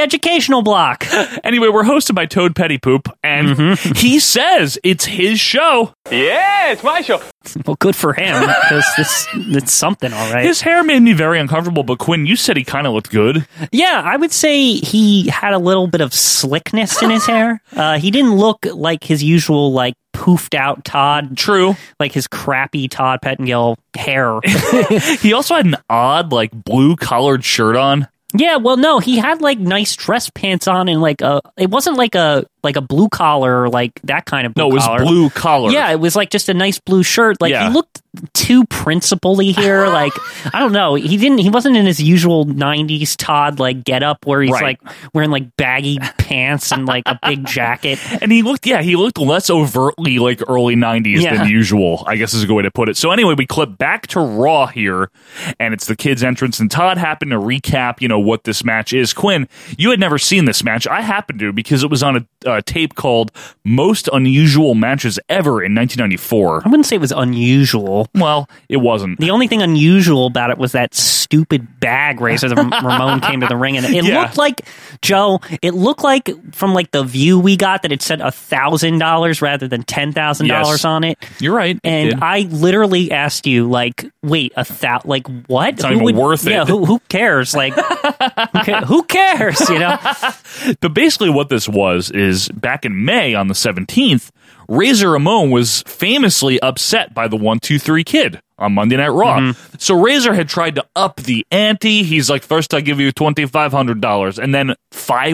educational block.
Anyway, we're hosted by Toad Petty Poop, and
Mm-hmm.
he says it's his show.
Yeah, it's my show.
Well, good for him because this it's something, all right.
His hair made me very uncomfortable, but Quinn, you said he kind of looked good.
Yeah, I would say he had a little bit of slickness in his hair. Uh, he didn't look like his usual, like poofed out Todd.
True,
like his crappy Todd Pettingill hair.
he also had an odd, like blue collared shirt on.
yeah, well, no, he had like nice dress pants on and like a. It wasn't like a like a blue collar, like that kind of. Blue
No, it was
collar.
blue collar.
Yeah, it was like just a nice blue shirt. Like
Yeah.
he looked too principally here. like I don't know. He didn't. He wasn't in his usual '90s Todd like getup where he's
Right.
like wearing like baggy pants and like a big jacket.
And he looked, yeah, he looked less overtly like early 90s
Yeah.
than usual, I guess is a good way to put it. So, anyway, we clip back to Raw here, and it's the kids' entrance. And Todd happened to recap, you know, what this match is. Quinn, you had never seen this match. I happened to because it was on a uh, tape called Most Unusual Matches Ever in 1994.
I wouldn't say it was unusual.
Well, it wasn't.
The only thing unusual about it was that stupid bag razor that Ramon came to the ring and it
Yeah.
looked like Joe. It looked like from like the view we got that it said a thousand dollars rather than ten thousand
Yes.
dollars on it.
You're right. it
And
did.
I literally asked you, like, wait, a thou, like, what?
It's not even worth it.
Yeah, who, who cares? Like, who, ca- who cares? You know,
But basically, what this was is back in May on the 17th, Razor Ramon was famously upset by the 123 kid on Monday Night Raw. So Razor had tried to up the ante. He's like, first I give you $2,500 and then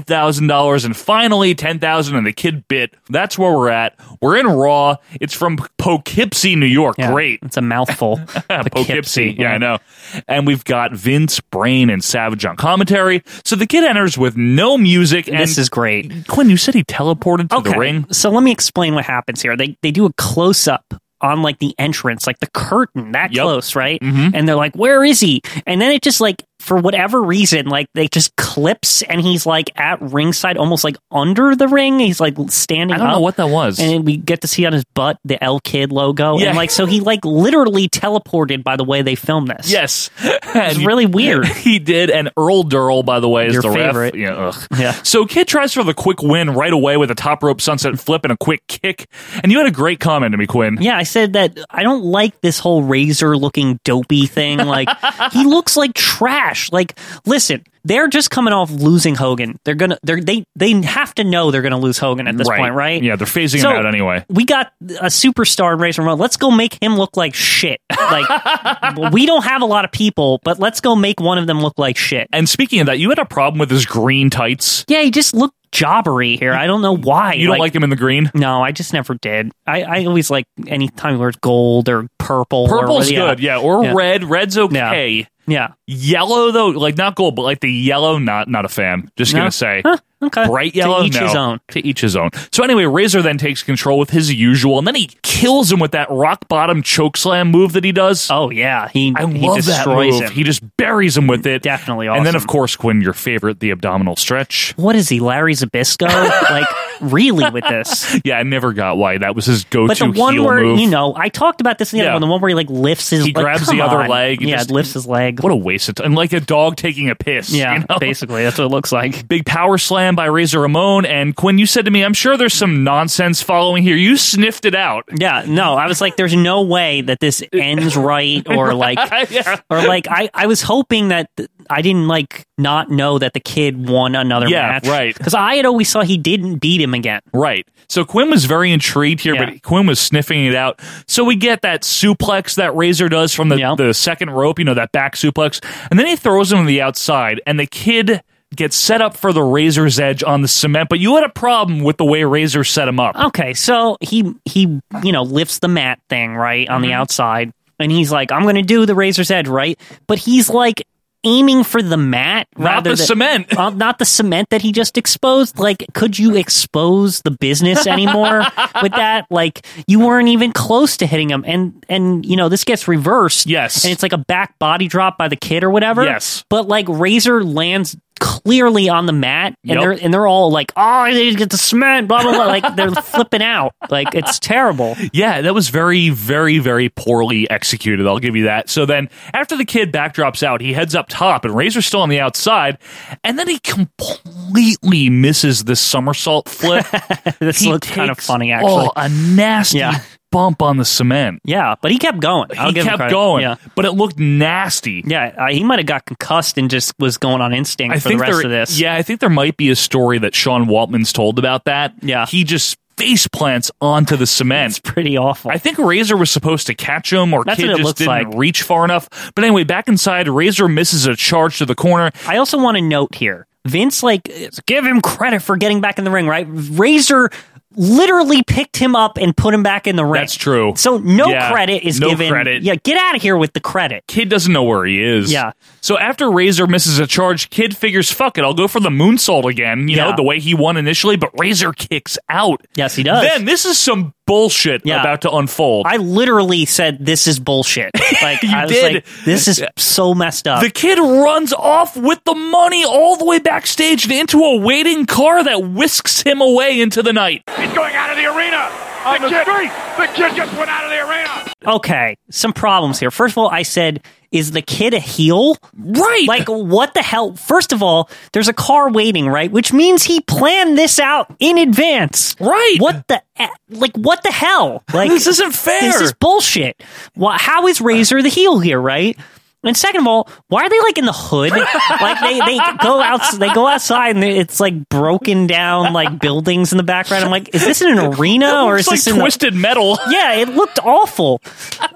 $5,000 and finally 10000 and the kid bit. That's where we're at. We're in Raw. It's from Poughkeepsie, New York. Great.
It's a mouthful.
Poughkeepsie. Yeah, I know. And we've got Vince Brain and Savage on commentary. So the kid enters with no music. And
This is great.
Quinn, you said he teleported to the
Okay,
ring.
So let me explain what happens here. They they do a close up on like the entrance, like the curtain that close, right?
Mm-hmm.
And they're like, "Where is he?" And then it just like for whatever reason, like they just clips, and he's like at ringside, almost like under the ring. He's like standing.
I don't know
up.
what that was.
And we get to see on his butt the L Kid logo,
Yeah.
and like so he like literally teleported by the way they filmed this.
Yes. It's
really weird.
he did. And Earl Durrell, by the way, is
Your
the
favorite.
ref. Yeah, ugh. So Kid tries for the quick win right away with a top rope sunset flip and a quick kick. And you had a great comment to me, Quinn.
Yeah, I said that I don't like this whole razor looking dopey thing. Like he looks like trash. Like listen, they're just coming off losing Hogan. They're gonna they're they they have to know they're gonna lose Hogan at this point, right?
Yeah, they're phasing
So-
him out anyway.
We got a superstar in Razor Ramon. Let's go make him look like shit. Like we don't have a lot of people, but let's go make one of them look like shit.
And speaking of that, you had a problem with his green tights.
Yeah, he just looked jobbery here. I don't know why.
You don't like him in the green?
No, I just never did. I, I always like any time he wears gold or purple. or-
Purple's good, yeah, or red. Red's okay.
Yeah.
Yellow though, like not gold, but like the yellow, not not a fan. Just
No?
gonna say.
Huh, okay.
Bright
To
yellow,
each
no.
his own.
To each his own. So anyway, Razor then takes control with his usual, and then he kills him with that rock bottom choke slam move that he does.
Oh yeah, he
I
he
love that
destroys
move.
him.
He just buries him with it.
Definitely
And then
awesome.
of course, Quinn, your favorite, the abdominal stretch.
What is he, Larry Zabisco? like really with this?
Yeah, I never got why that was his go-to
But the one
heel
where
move.
you know, I talked about this in the
Yeah.
other one, the one where he like lifts his
he
like,
grabs
come
the other
on.
leg.
Yeah,
just-
lifts his leg.
What a waste of time! Like a dog taking a piss.
Yeah,
you know?
basically that's what it looks like.
Big power slam by Razor Ramon and Quinn. You said to me, "I'm sure there's some nonsense following here." You sniffed it out.
Yeah, no, I was like, there's no way that this ends right, or like,
Yeah.
or like, I, I was hoping that th- I didn't like not know that the kid won another
Yeah,
match,
right.
Because I had always saw he didn't beat him again.
Right. So Quinn was very intrigued here,
Yeah.
but Quinn was sniffing it out. So we get that suplex that Razor does from the, the second rope, you know, that back suplex. And then he throws him to the outside, and the kid gets set up for the Razor's edge on the cement. But you had a problem with the way Razor set him up.
Okay, so he he you know lifts the mat thing right on the outside, and he's like, I'm gonna do the razor's edge right, but he's like aiming for the mat
Not
rather
the
than-
cement.
uh, not the cement that he just exposed like could you expose the business anymore with that like you weren't even close to hitting him and and you know this gets reversed
Yes.
and it's like a back body drop by the kid or whatever
Yes.
but like razor lands clearly on the mat and
Yep.
they're and they're all like oh I need to get the cement blah blah blah like they're flipping out like it's terrible
Yeah, that was very, very, very poorly executed. I'll give you that. So then, after the kid backdrops out, he heads up top, and Razor's still on the outside, and then he completely misses this somersault flip.
this
He
looks kind of
takes-
funny actually
Oh, a nasty
Yeah.
bump on the cement.
yeah but he kept going I'll
he
give him
kept
credit.
going,
yeah.
but it looked nasty.
Yeah, uh, he might have got concussed and just was going on instinct for the rest
there,
of this.
Yeah, I think there might be a story that Sean Waltman's told about that.
Yeah.
He just face plants onto the cement.
pretty awful.
I think Razor was supposed to catch him, or
That's
Kid
what it
just
looks
didn't
like.
reach far enough. But anyway, back inside, Razor misses a charge to the corner.
I also want to note here, Vince, like, is- give him credit for getting back in the ring, right? Razor literally picked him up and put him back in the ring.
That's true.
So no
Yeah,
credit is
no
given.
credit.
Yeah, get out of here with the credit.
Kid doesn't know where he is.
Yeah.
So after Razor misses a charge, Kid figures, fuck it, I'll go for the moonsault again, you know,
Yeah.
the way he won initially, but Razor kicks out.
Yes, he does.
Then this is some bullshit
Yeah.
about to unfold.
I literally said this is bullshit. Like
You
I was
did.
like, this is so messed up.
the kid runs off with the money all the way backstage and into a waiting car that whisks him away into the night.
He's going out of the arena. On the, street. The kid just went out of the arena.
okay, some problems here. First of all, I said, is the kid a heel?
Right.
Like, what the hell? First of all, there's a car waiting, right? Which means he planned this out in advance.
Right.
What the, e- like, what the hell? Like,
This isn't fair.
This is bullshit. Wha how is Razor the heel here, right? And second of all, why are they like in the hood? like they, they go out they go outside and it's like broken down like buildings in the background. I'm like, is this in an arena or
It's
is
like
this in the-
twisted metal?
Yeah, it looked awful.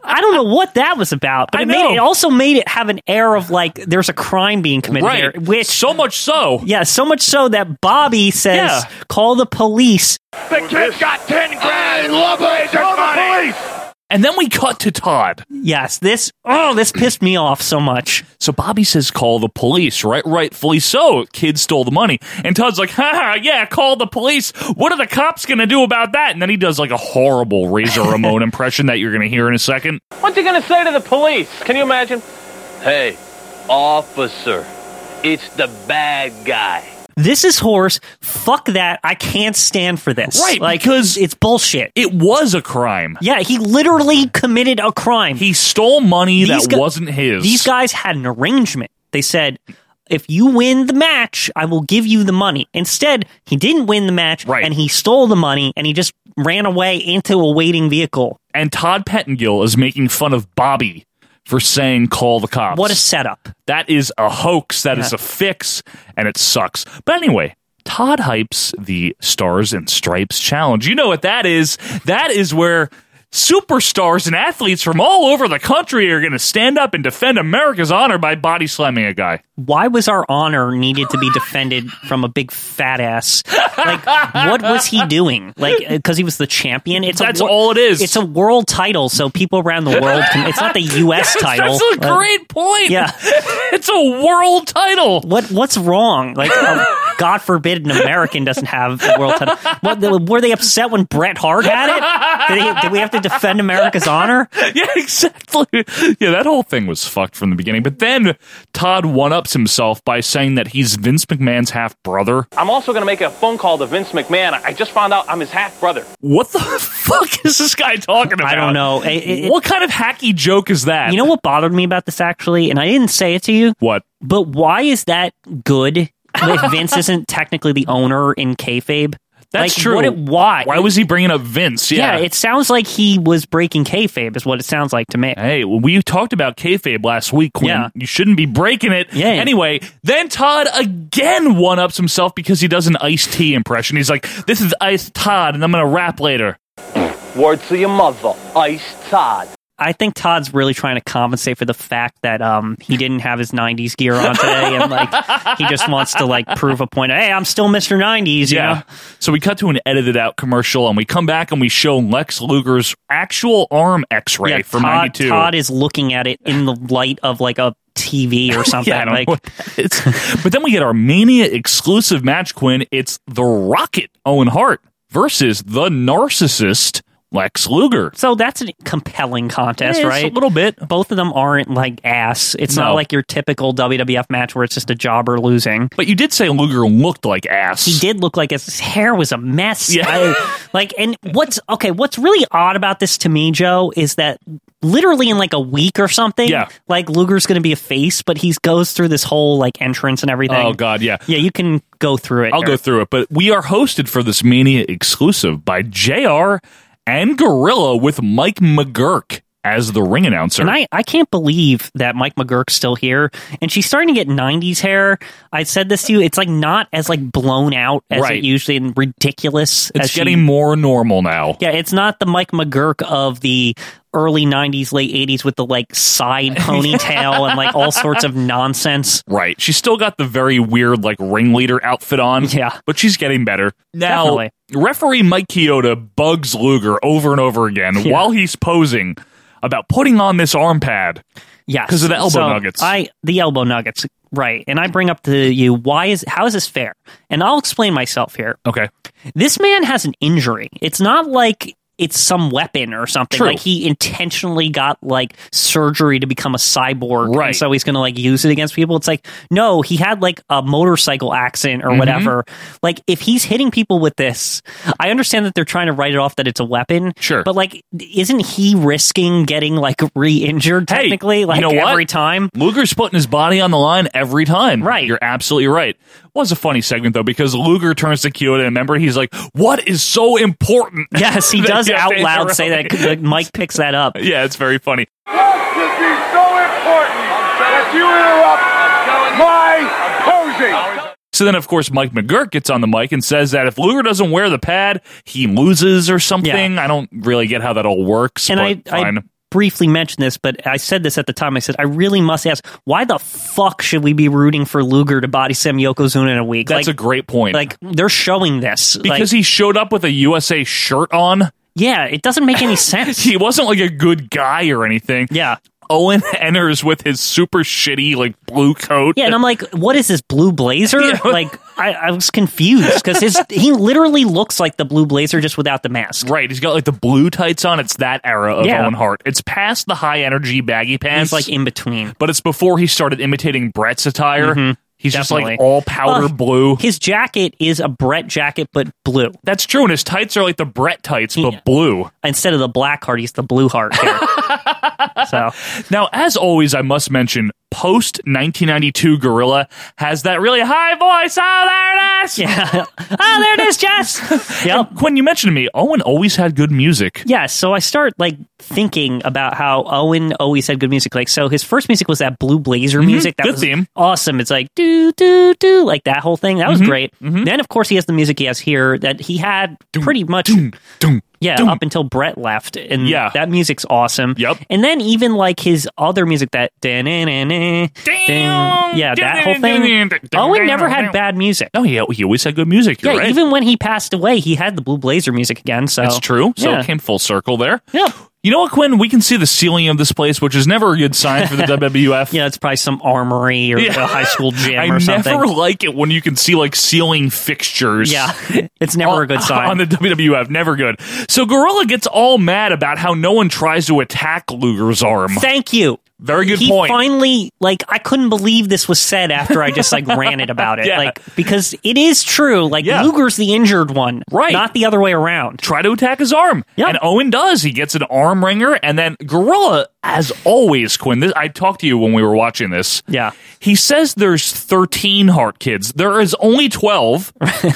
I don't know what that was about, but
I
it made
know.
it, it also made it have an air of like there's a crime being committed
Right.
here, which
so much so,
yeah, so much so that Bobby says
Yeah.
call the police.
The kid's got 10 grand in Lovelace money.
And then we cut to Todd.
Yes, this oh, this pissed me off so much.
So Bobby says, "Call the police." Right, rightfully so. Kid stole the money, and Todd's like, "Ha ha, yeah, call the police. What are the cops gonna do about that?" And then he does like a horrible Razor Ramon impression that you're gonna hear in a second.
What's he gonna say to the police? Can you imagine? Hey, officer, it's the bad guy.
This is horse. Fuck that. I can't stand for this.
Right,
like, because it's bullshit.
It was a crime.
Yeah, he literally committed a crime.
He stole money that
gu-
wasn't his.
These guys had an arrangement. They said, if you win the match, I will give you the money. Instead, he didn't win the match, and he stole the money, and he just ran away into a waiting vehicle.
And Todd Pettingill is making fun of Bobby for saying, "Call the cops."
What a setup!
That is a hoax. That is a fix, and it sucks. But anyway, Todd hypes the Stars and Stripes challenge. You know what that is? That is where superstars and athletes from all over the country are going to stand up and defend America's honor by body slamming a guy.
Why was our honor needed to be defended from a big fat ass? Like, what was he doing? Like, because he was the champion. It's
That's
a wor-
all it is.
It's a world title, so people around the world. Can, it's not the U.S.
That's-
title.
That's a
Uh,
great point.
yeah.
it's a world title.
What what's wrong? Like, uh, God forbid, an American doesn't have the world title. What, the- were they upset when Bret Hart had it? Did, he, did we have to defend America's honor?
yeah, exactly. Yeah, that whole thing was fucked from the beginning. But then Todd one ups himself by saying that he's Vince McMahon's half brother.
I'm also gonna make a phone call to Vince McMahon. I I just found out I'm his half brother.
What the fuck is this guy talking about?
I don't know.
what kind of hacky joke is that?
You know what bothered me about this actually, and I didn't say it to you.
What?
But why is that good? If Vince isn't technically the owner in kayfabe,
That's
Like,
true.
What it, why?
Why was he bringing up Vince? Yeah.
yeah, it sounds like he was breaking kayfabe, is what it sounds like to me.
Hey, well, we talked about kayfabe last week, Quinn.
Yeah.
You shouldn't be breaking it.
Yeah.
Anyway, then Todd again one ups himself because he does an iced tea impression. He's like, "This is Ice Todd, and I'm gonna rap later."
Word to your mother, Ice Todd.
I think Todd's really trying to compensate for the fact that um, he didn't have his '90s gear on today, and like he just wants to like prove a point. Hey, I'm still Mr. '90s. You know?
So we cut to an edited out commercial and we come back and we show Lex Luger's actual arm x ray
Yeah,
from
Todd,
92.
Todd is looking at it in the light of like a TV or something.
Yeah, I don't
like
know what but then we get our Mania exclusive match, Quinn. It's The Rocket, Owen Hart, versus The Narcissist, Lex Luger.
so, that's a compelling contest,
It is,
right?
a little bit.
Both of them aren't like ass. It's
No.
not like your typical WWF match where it's just a jobber losing.
But you did say Luger looked like ass.
He did look like his hair was a mess.
Yeah.
I- like, and what's okay? What's really odd about this to me, Joe, is that literally in like a week or something,
Yeah.
like Luger's going to be a face, but he goes through this whole like entrance and everything.
Oh, God, yeah.
yeah, you can go through it.
I'll go
Eric.
through it, but we are hosted for this Mania exclusive by JR and Gorilla with Mike McGurk as the ring announcer.
And I, I can't believe that Mike McGurk's still here, and she's starting to get '90s hair. I said this to you; it's like not as like blown out as
Right.
it usually and ridiculous. as
it's
she-
getting more normal now.
Yeah, it's not the Mike McGurk of the early 90s, late 80s with the like side ponytail and like all sorts of nonsense.
Right. She's still got the very weird, like, ringleader outfit on.
Yeah.
But she's getting better. Now,
Definitely.
referee Mike Chioda bugs Luger over and over again
Yeah.
while he's posing about putting on this arm pad.
Yes.
'Cause of the elbow
So,
nuggets.
I the elbow nuggets, right. And I bring up to you why is how is this fair? And I'll explain myself here.
Okay.
This man has an injury. It's not like it's some weapon or something.
True.
Like he intentionally got like surgery to become a cyborg. and
Right.
so he's gonna like use it against people. It's like, no, he had like a motorcycle accident or
Mhm.
whatever. Like if he's hitting people with this, I understand that they're trying to write it off that it's a weapon.
Sure.
But like isn't he risking getting like re injured
Hey,
technically? like
you know what?
every time?
Luger's putting his body on the line every time.
Right.
You're absolutely right. Was a funny segment though because Luger turns to Kyoto and remember he's like, "What is so important?"
Yes, he
That
does
you have
out
to
loud
interrupt
say
me.
that Mike picks that up.
yeah, it's very funny.
Should be so important. you interrupt my posing.
So then, of course, Mike McGurk gets on the mic and says that if Luger doesn't wear the pad, he loses or something. I don't really get how that all works.
And
but
I,
fine.
I briefly mentioned this, but I said this at the time. I said, I really must ask, why the fuck should we be rooting for Luger to body Sam Yokozuna in a week?
That's
like,
a great point.
Like, they're showing this.
because he showed up with a USA shirt on.
Yeah, it doesn't make any sense.
he wasn't like a good guy or anything.
Yeah.
Owen enters with his super shitty like blue coat.
Yeah, and I'm like, what is this blue blazer? Like, I, I was confused because his he literally looks like the blue blazer just without the mask.
Right, he's got like the blue tights on. It's that era of
Yeah.
Owen Hart. It's past the high energy baggy pants.
like, in between.
But it's before he started imitating Brett's attire.
Mhm,
He's just like
definitely.
all powder
Oh,
blue.
His jacket is a Brett jacket, but blue.
That's true, and his tights are like the Brett tights, but blue.
Instead of the black heart, he's the blue heart. here. so
Now, as always, I must mention post 1992 Gorilla has that really high voice. Oh, there it is.
Yeah. oh, there it is, Jess.
yep. When you mentioned to me, Owen always had good music.
Yeah, so I start like thinking about how Owen always had good music. Like, so his first music was that blue blazer
Mhm,
music. That
good
was
theme.
awesome. It's like do do do, like that whole thing. That was
Mhm,
great. Then, of course, he has the music he has here that he had pretty much. yeah,
doom.
up until Brett left, and
Yeah.
that music's awesome.
Yep.
And then even like his other music, that dun, dun, dun, dun, dun, yeah, that whole thing. Owen never had bad music.
No, he, Oh, he always had good music. You're
Yeah,
right.
even when he passed away, he had the blue blazer music again. So
That's true. So
Yeah.
it came full circle there.
Yeah.
You know what, Quinn? We can see the ceiling of this place, which is never a good sign for the WWF.
Yeah, it's probably some armory or
Yeah.
a high school gym
I
or something.
never like it when you can see like ceiling fixtures.
yeah, it's never a good sign.
on the WWF. Never good. So Gorilla gets all mad about how no one tries to attack Luger's arm.
Thank you.
Very good
he
point.
finally, like, I couldn't believe this was said after I just like ranted about it,
Yeah.
like because it is true. Like
Yeah.
Luger's the injured one,
Right.
Not the other way around.
Try to attack his arm.
Yeah.
And Owen does. He gets an arm wringer. And then Gorilla, as always, Quinn, this, I talked to you when we were watching this.
Yeah,
He says there's 13 Hart kids. There is only 12.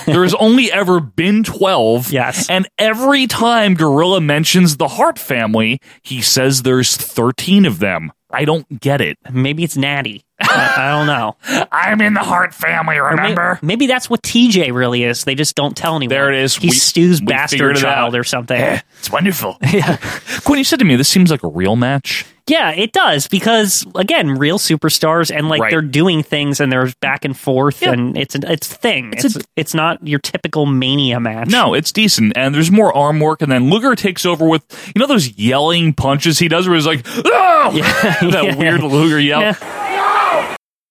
there has only ever been 12.
Yes.
And every time Gorilla mentions the Hart family, he says there's 13 of them. I don't get it.
maybe it's Natty. I, I don't know.
I'm in the Hart family,
Or may-
remember?
Maybe, that's what TJ really is. They just don't tell anyone.
There it is.
He's
We-
Stu's
we
bastard
figured it
child
out.
or something.
Yeah, it's wonderful. yeah. Quinn, you said to me, this seems like a real match.
Yeah, it does because again, real superstars and like
Right.
they're doing things and there's back and forth
Yeah.
and it's an, it's a thing.
It's
It's
a-
it's, not your typical mania match.
No, it's decent, and there's more arm work, and then Luger takes over with you know those yelling punches he does, where he's like, "Oh!" that
Yeah.
weird Luger yell.
Yeah.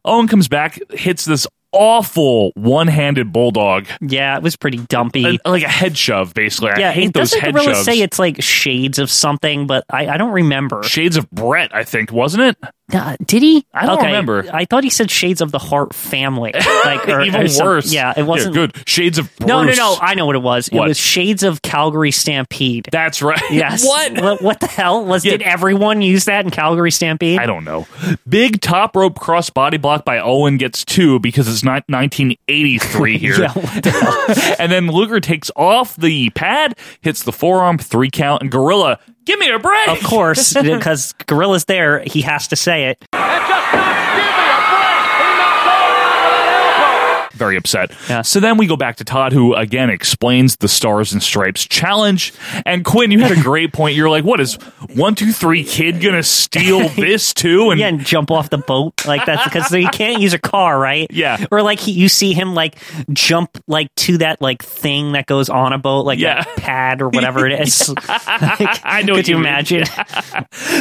Owen comes back, hits this awful one-handed bulldog,
Yeah, it was pretty dumpy.
like like a head shove, basically. I
yeah,
hate
it
those
doesn't
head
really
shoves.
say it's like shades of something, but I, I don't remember.
Shades of Brett, I think, wasn't it?
Uh, did he?
I don't
Okay,
remember.
I thought he said shades of the heart family. Like or,
Even
or some-
worse.
yeah, it wasn't
good. Shades of Bruce.
No, no, no. I know what it was.
What?
It was shades of Calgary Stampede.
That's right.
Yes.
what?
What, what the hell was?
Yeah.
Did everyone use that in Calgary Stampede?
I don't know. Big top rope cross body block by Owen gets two because it's not 1983 here.
Yeah, what
and then Luger takes off the pad, hits the forearm, three count, and Gorilla, give me a break.
Of course, because Gorilla's there, he has to say it.
Very upset.
Yeah.
So then we go back to Todd, who again explains the Stars and Stripes challenge. And Quinn, you had a great point. You're like, what is one, two, three kid going to steal this too? And
Yeah, and jump off the boat like that's because you can't use a car, right?
Yeah.
Or like he, you see him like jump like to that like thing that goes on a boat, like
Yeah.
that pad or whatever it is.
I know what
Could you
you mean.
imagine?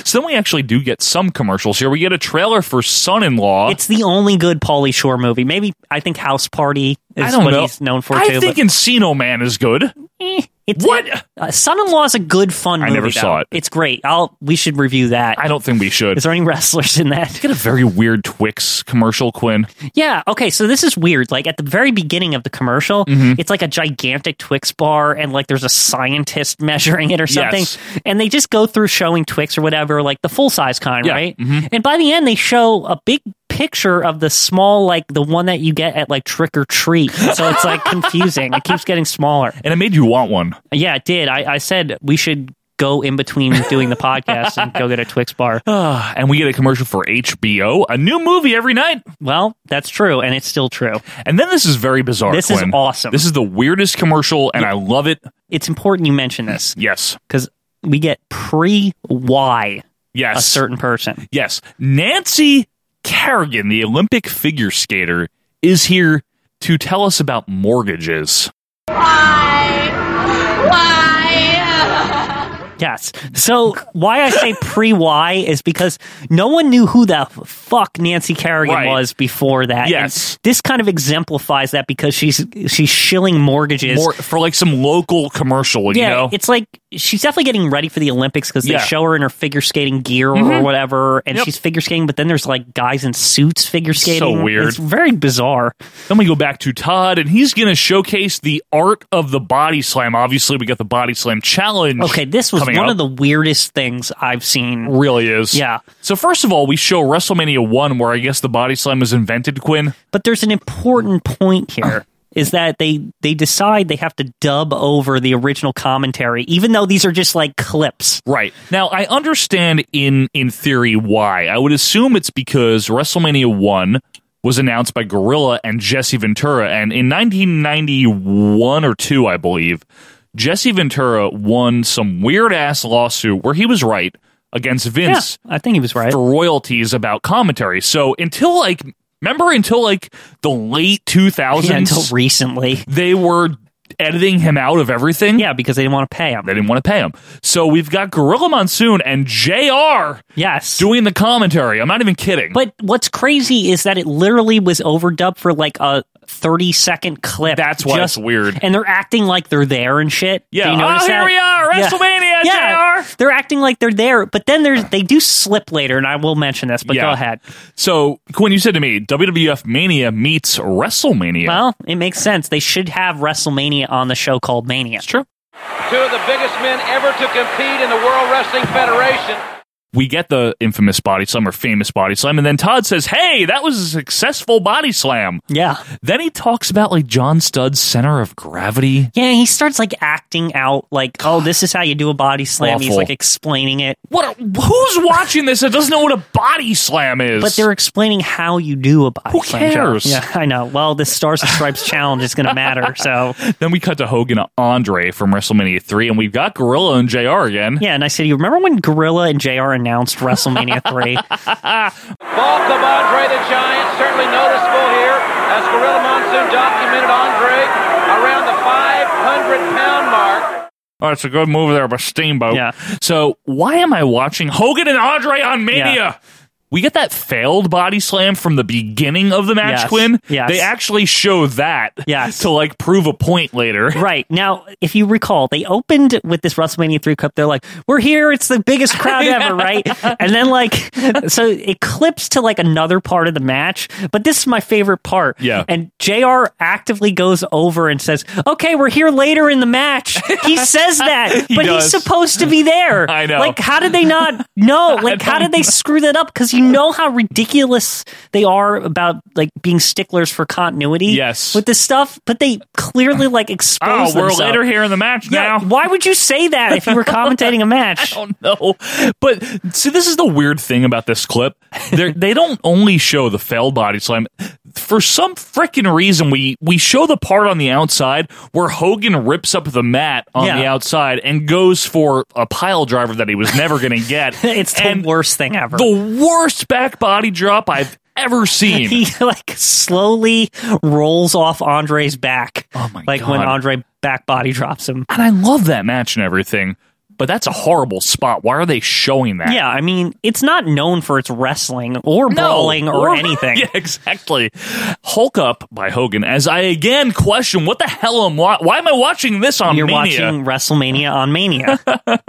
so then we actually do get some commercials here. We get a trailer for Son in Law.
It's the only good Pauly Shore movie. Maybe I think House Party is
I don't
what
know.
he's known for
I
too.
think
but,
Encino Man is good.
eh, it's,
What?
Uh, Son-in-Law is a good fun.
I
movie,
never
though.
saw it.
It's great. I'll we should review that.
I don't think we should.
Is there any wrestlers in that?
Get a very weird Twix commercial, Quinn.
Yeah. Okay. So this is weird. Like at the very beginning of the commercial, it's like a gigantic Twix bar, and like there's a scientist measuring it or something.
Yes.
And they just go through showing Twix or whatever, like the full size kind,
Yeah,
right? And by the end, they show a big picture of the small, like the one that you get at like trick or treat. So it's like confusing. it keeps getting smaller.
And it made you want one.
Yeah, it did. I, I said we should go in between doing the podcast and go get a Twix bar.
and we get a commercial for HBO, a new movie every night.
Well, that's true, and it's still true.
And then this is very bizarre.
This is
Quinn.
awesome.
This is the weirdest commercial, and I love it.
It's important you mention this.
Yes.
Because we get pre Y
Yes.
a certain person.
Yes. Nancy Kerrigan, the Olympic figure skater, is here to tell us about mortgages.
Why?
Yes. So why I say pre Y is because no one knew who the fuck Nancy Kerrigan
Right.
was before that. And
Yes.
this kind of exemplifies that because she's she's shilling mortgages.
Mor- for like some local commercial,
yeah,
you know?
it's like she's definitely getting ready for the Olympics because
Yeah.
they show her in her figure skating gear
Mhm.
or whatever, and
Yep.
she's figure skating. But then there's like guys in suits figure
so
skating.
weird.
It's very bizarre.
Then we go back to Todd, and he's going to showcase the art of the body slam. Obviously, we got the body slam challenge.
Okay, this was
coming
one
up.
of the weirdest things I've seen.
Really is.
Yeah.
So, first of all, we show WrestleMania 1, where I guess the body slam was invented, Quinn.
But there's an important point here is that they they decide they have to dub over the original commentary, even though these are just like clips.
Right. Now, I understand in, in theory why. I would assume it's because WrestleMania 1 was announced by Gorilla and Jesse Ventura. And in 1991 or 2, I believe, Jesse Ventura won some weird ass lawsuit where he was right against
Yeah,
Vince.
I think he was right.
for royalties about commentary. So until like remember until like the late two
Yeah,
thousands
until recently.
they were editing him out of everything.
Yeah, because they didn't want to pay him.
They didn't want to pay him. So we've got Gorilla Monsoon and JR
Yes.
doing the commentary. I'm not even kidding.
But what's crazy is that it literally was overdubbed for like a 30 second clip.
That's why it's weird.
And they're acting like they're there and shit.
Yeah.
Do you notice
Oh, here
that?
we are,
Yeah.
WrestleMania,
Yeah.
JR.
They're acting like they're there, but then there's they do slip later, and I will mention this, but
Yeah.
go ahead.
so Quinn, you said to me, WWF Mania meets WrestleMania.
Well, it makes sense. They should have WrestleMania on the show called Mania. It's
true.
Two of the biggest men ever to compete in the World Wrestling Federation.
we get the infamous body slam or famous body slam, and then Todd says, "Hey, that was a successful body slam."
Yeah.
Then he talks about like John Studd's center of gravity.
Yeah, he starts like acting out like, oh, this is how you do a body slam. He's
Awful.
like explaining it.
What? A, who's watching this that doesn't know what a body slam is?
But they're explaining how you do a body
Who
slam job.
cares?
Yeah, I know. Well, the Stars and Stripes challenge is going to matter. So,
then we cut to Hogan and Andre from WrestleMania three, and we've got Gorilla and Jr. again.
yeah. And I said, you remember when Gorilla and JR announced WrestleMania 3?
Bulk of Andre the Giant certainly noticeable here as Gorilla Monsoon documented Andre around the 500 pound mark.
Oh, it's a good move there by Steamboat.
Yeah.
So why am I watching Hogan and Andre on Mania?
Yeah.
We get that failed body slam from the beginning of the match,
Yes.
Quinn.
Yes.
They actually show that
Yes.
to like prove a point later.
right. Now, if you recall, they opened with this WrestleMania 3 clip. They're like, we're here. It's the biggest crowd ever, right? And then, like, so it clips to like another part of the match. But this is my favorite part.
Yeah.
And JR actively goes over and says, okay, we're here later in the match. He says that,
He
but
does.
he's supposed to be there.
I know.
Like, how did they not know? Like, how
don't
did they screw that up? Because you know how ridiculous they are about like being sticklers for continuity.
Yes.
With this stuff, but they clearly like
Oh,
expose
we're
themselves.
later here in the match
Yeah,
now.
why would you say that if you were commentating a match?
don't know. Oh, But see, this is the weird thing about this clip. They're, they don't only show the failed body slam. For some freaking reason, we we show the part on the outside where Hogan rips up the mat on
Yeah.
the outside and goes for a pile driver that he was never going to get.
It's the
and
worst thing ever.
the worst back body drop I've ever seen.
he like slowly rolls off Andre's back.
Oh, my
Like when
God.
Andre back body drops him.
and I love that match and everything, but that's a horrible spot. Why are they showing that?
Yeah, I mean, it's not known for its wrestling or brawling or, anything.
Yeah, exactly. Hulk up by Hogan. As I again question, what the hell am wa- why am I watching this on
You're
Mania?
watching WrestleMania on Mania.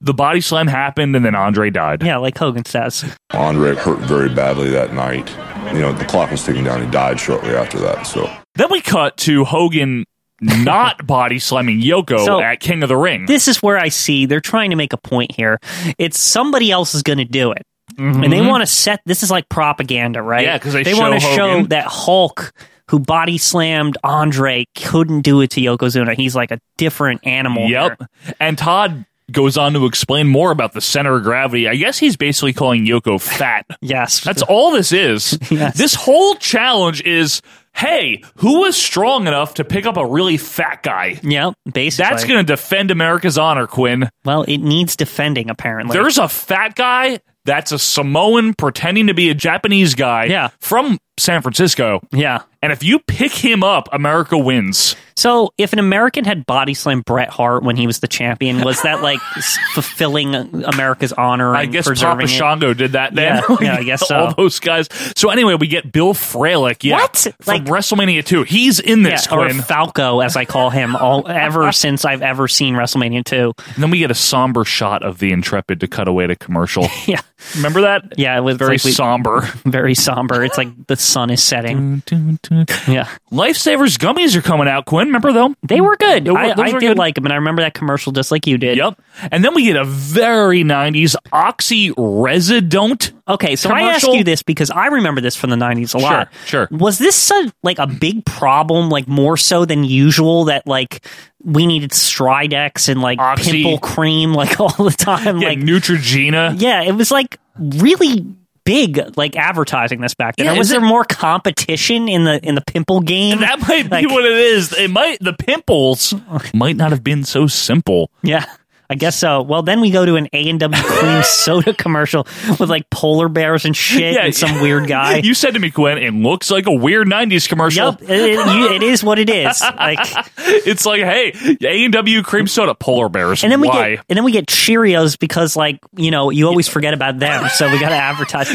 the body slam happened, and then Andre died.
yeah, like Hogan says.
Andre hurt very badly that night. You know, the clock was ticking down. He died shortly after that. So
Then we cut to Hogan not body slamming Yoko
So-
at King of the Ring.
This is where I see they're trying to make a point here. It's somebody else is going to do it. And they want to set this is like propaganda, right?
Mm-hmm. Yeah, 'cause they
want to
show
show
Hogan.
that Hulk, who body slammed Andre, couldn't do it to Yokozuna. He's like a different animal. here.
Yep. And Todd goes on to explain more about the center of gravity. I guess he's basically calling Yoko fat.
yes.
That's all this is. This whole challenge is hey, who was strong enough to pick up a really fat guy?
Yeah, basically.
That's going to defend America's honor, Quinn.
Well, it needs defending, apparently.
There's a fat guy that's a Samoan pretending to be a Japanese guy
Yeah.
from San Francisco.
Yeah.
And if you pick him up, America wins.
So, if an American had body slammed Bret Hart when he was the champion, was that like s- fulfilling America's honor?
I
and
guess
preserving
Papa
it?
Shango did that then.
Yeah, yeah, I guess so.
All those guys. So anyway, we get Bill Fralick. Yeah,
What?
From WrestleMania 2. He's in this,
or
Quinn.
Falco, as I call him, all ever since I've ever seen WrestleMania two.
And then we get a somber shot of the Intrepid to cut away to commercial.
Yeah,
remember that?
Yeah, it was
Very
like we-
somber.
very somber. It's like the sun is setting. Yeah,
Lifesavers gummies are coming out, Quinn. Remember them?
Mm. they were good.
They were-
I,
those
I
were
did
good.
like them, and I remember that commercial just like you did.
Yep. And then we get a very 90s Oxy Resident.
Okay, so I ask
commercial.
you this because I remember this from the nineties a lot.
Sure, sure.
Was this a, like a big problem, like more so than usual, that like we needed Stridex and like
Oxy.
pimple cream like all the time?
Yeah,
like
Neutrogena.
yeah, it was like really big like advertising this back then.
Yeah,
Or was
is
there
it-
more competition in the in the pimple game?
That might
Like-
be what it is. It might the pimples might not have been so simple.
Yeah. I guess so. Well, then we go to an A and W cream soda commercial with like polar bears and shit, and some weird guy.
You said to me, Quinn, it looks like a weird '90s commercial.
Yep, it, it- you- it is what it is. Like,
It's like, hey, A and W cream soda, polar bears.
and then we
Why?
get and then we get Cheerios because, like, you know, you always forget about them, so we got to advertise.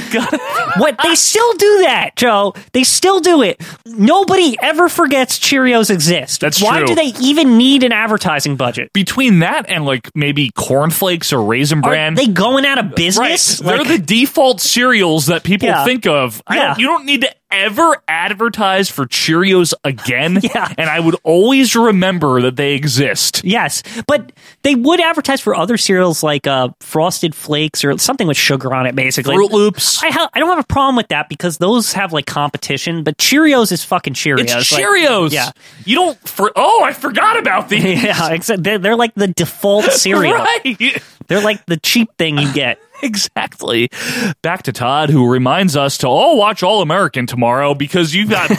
what they still do that, Joe? They still do it. Nobody ever forgets Cheerios exist.
That's
why
true.
do they even need an advertising budget?
between that and like maybe cornflakes or raisin
Are
bran.
they going out of
Right.
business? Like-
They're the default cereals that people
Yeah.
think of. I
Yeah.
don't, you don't need to ever advertise for Cheerios again.
Yeah.
And I would always remember that they exist.
Yes, but they would advertise for other cereals like uh, Frosted Flakes or something with sugar on it, basically.
Fruit Loops.
I, ha- I don't have a problem with that because those have like competition, but Cheerios is fucking Cheerios.
It's
Like,
Cheerios.
yeah.
You don't for oh, I forgot about these.
Yeah, except they're, they're like the default cereal.
Right.
They're like the cheap thing you get.
Exactly. Back to Todd, who reminds us to all watch All American tomorrow because you've got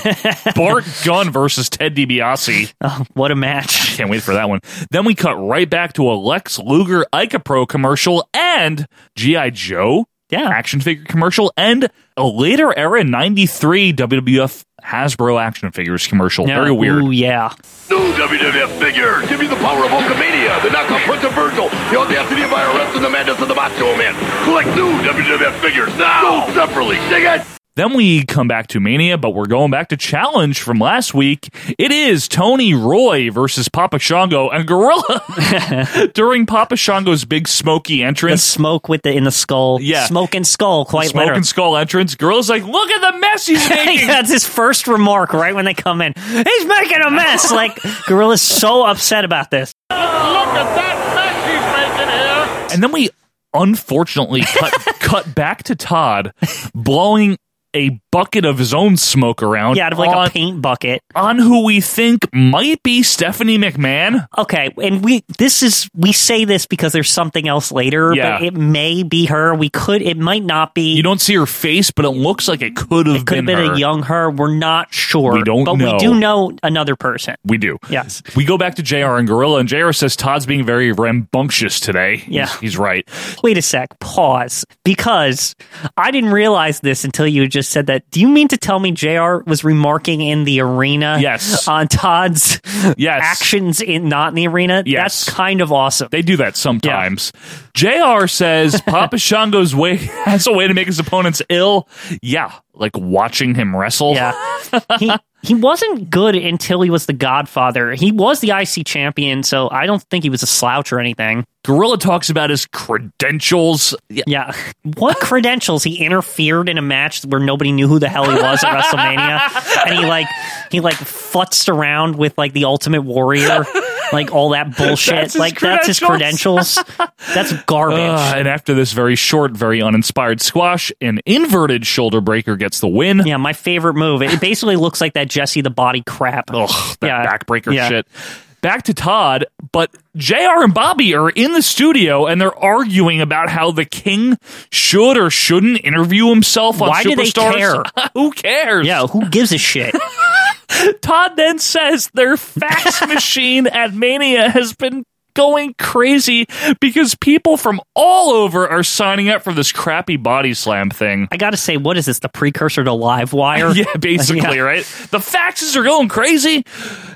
Bart Gunn versus Ted DiBiase.
Oh, what a match.
Can't wait for that one. Then we cut right back to a Lex Luger Ica Pro commercial and G.I. Joe
Yeah.
action figure commercial and a later era 93 WWF Hasbro action figures commercial.
Yeah.
Very weird.
Ooh, yeah.
New WWF figure. Give me the power of Hulkamania, the knockoff Punch of Virgil, the audacity of Iron Rest, and the madness of the Macho Man. Collect new WWF figures now. Sold separately. Dig it.
Then we come back to Mania, but we're going back to Challenge from last week. It is Tony Roy versus Papa Shango and Gorilla during Papa Shango's big smoky
The
entrance.
smoke with the in the skull.
Yeah.
Smoke and skull, quite
Smoke
literally.
and skull entrance. Gorilla's like, look at the mess he's making.
That's his first remark right when they come in. He's making a mess. Like, Gorilla's so upset about this.
Look at that mess he's making here.
And then we unfortunately cut, cut back to Todd blowing a bucket of his own smoke around
Yeah, out of like
on,
a paint bucket.
on who we think might be Stephanie McMahon.
Okay, and we this is we say this because there's something else later,
Yeah.
but it may be her. We could it might not be.
You don't see her face, but it looks like it could have
it
been,
could have been
her.
a young her. We're not sure.
We don't
but
know.
we do know another person.
We do.
Yes.
We go back to JR and Gorilla, and JR says Todd's being very rambunctious today. He's-
Yeah.
He's, right.
Wait a sec. Pause. Because I didn't realize this until you just said that. Do you mean to tell me JR was remarking in the arena
Yes.
on Todd's
Yes.
actions in not in the arena?
Yes.
That's kind of awesome.
They do that sometimes. JR says Papa Shango's way has a way to make his opponents ill. Yeah. Like watching him wrestle.
Yeah. he he wasn't good until he was the Godfather. He was the IC champion, so I don't think he was a slouch or anything.
Gorilla talks about his credentials. Yeah.
Yeah. What credentials? He interfered in a match where nobody knew who the hell he was at WrestleMania. And he like he like futzed around with like the ultimate warrior. Like all that bullshit.
That's his
like that's his credentials. that's garbage.
Uh, and after this very short, very uninspired squash, an inverted shoulder breaker gets the win.
yeah, my favorite move. It, it basically looks like that Jesse the body crap.
Ugh, that
Yeah.
backbreaker
Yeah.
shit. back to Todd, but JR and Bobby are in the studio and they're arguing about how the king should or shouldn't interview himself on
Why do they
Superstars.
care?
who cares?
Yeah, who gives a shit?
Todd then says their fax machine at Mania has been going crazy because people from all over are signing up for this crappy body slam thing.
I gotta say, what is this? The precursor to Live Wire?
yeah, basically, right? The faxes are going crazy.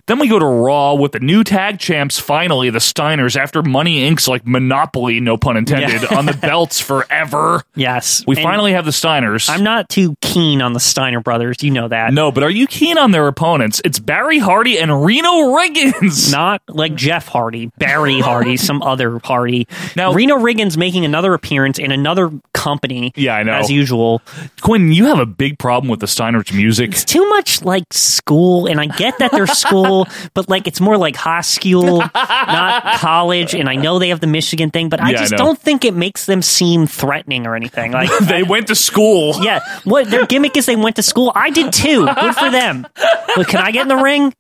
Then we go to Raw with the new tag champs, finally, the Steiners, after Money Inc.'s like monopoly, no pun intended,
Yeah.
on the belts forever.
Yes.
We
And
finally have the Steiners.
I'm not too keen on the Steiner brothers. You know that.
no, but are you keen on their opponents? It's Barry Hardy and Reno Riggins.
Not like Jeff Hardy, Barry Hardy, some other Hardy.
Now-
Now Reno Riggins making another appearance in another company.
Yeah, I know.
As usual,
Quinn, you have a big problem with the Steiners music.
it's too much like school, and I get that they're school, but like it's more like high school, not college. And I know they have the Michigan thing, but I
Yeah, I
just
know.
don't think it makes them seem threatening or anything. Like
they went to school.
Yeah, what their gimmick is they went to school. I did too. Good for them. But can I get in the ring?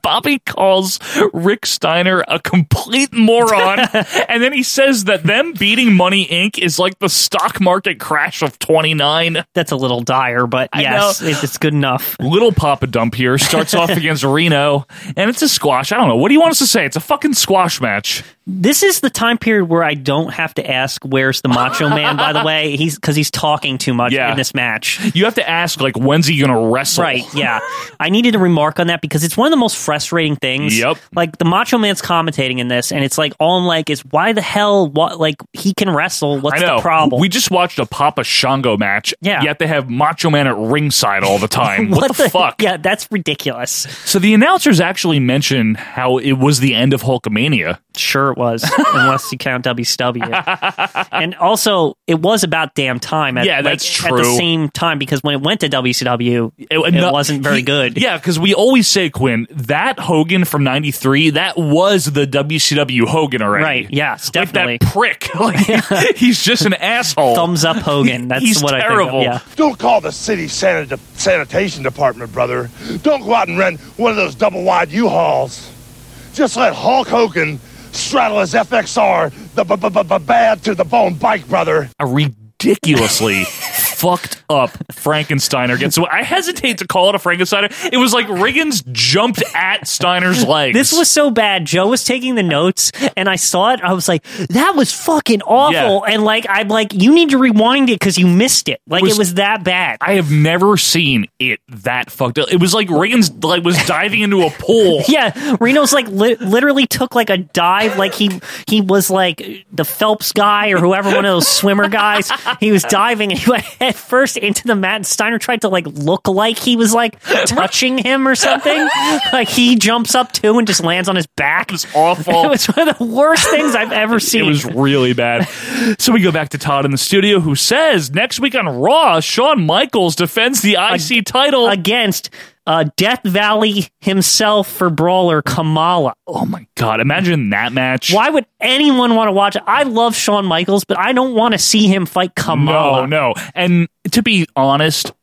Bobby calls Rick Steiner a complete moron, and then he says that them beating Money Inc. is like the stock market crash of 29.
That's a little dire, but
I
yes,
know.
it- it's good enough.
Little Papa Dump here starts off against Reno, and it's a squash. I don't know. What do you want us to say? It's a fucking squash match.
This is the time period where I don't have to ask where's the Macho Man. By the way, he's because he's talking too much
Yeah.
in this match.
You have to ask, like, when's he going to wrestle?
Right, yeah. I needed to remark on that because it's one of the most frustrating things.
Yep.
Like the Macho Man's commentating in this, and it's like all I'm like is why the hell? What like he can wrestle? What's
I know.
the problem?
We just watched a Papa Shango match.
Yeah.
Yet they have Macho Man at ringside all the time. what, the fuck?
Yeah, that's ridiculous.
So the announcers actually mention how it was the end of Hulkamania.
Sure, it was, unless you count WCW. and also, it was about damn time. At,
Yeah,
like,
that's
At
true.
the same time, because when it went to WCW, it,
no-
wasn't very
he-
good.
Yeah, because we always say Quinn that Hogan from '93 that was the WCW Hogan already.
Right, yes, definitely.
Like that prick. Like, He's just an asshole.
Thumbs up, Hogan. That's
He's
what
terrible.
I think. Of. Yeah.
Don't call the city sanit- sanitation department, brother. Don't go out and rent one of those double wide U-Hauls. Just let Hulk Hogan straddle his FXR, the b- b- b- b- bad to the bone bike, brother.
A ridiculously fucked up Frankensteiner gets. So I hesitate to call it a Frankensteiner. It was like Riggins jumped at Steiner's legs.
This was so bad. Joe was taking the notes, and I saw it. I was like, "That was fucking awful." And like, I'm like, "You need to rewind it because you missed it." Like,
was-
it was that bad.
I have never seen it that fucked up. It was like Riggins like was diving into a pool.
Yeah, Reno's like li- literally took like a dive, like he he was like the Phelps guy or whoever, one of those swimmer guys. He was diving and he went head first into the mat. And Steiner tried to like look like he was like touching him or something. Like he jumps up too and just lands on his back. It was
awful.
it was one of the worst things I've ever seen.
It was really bad. so we go back to Todd in the studio, who says next week on Raw, Shawn Michaels defends the IC title.
against uh, Death Valley himself for brawler Kamala.
oh my god! Imagine that match.
Why would anyone want to watch it? I love Shawn Michaels, but I don't want to see him fight Kamala.
No, no. And to be honest.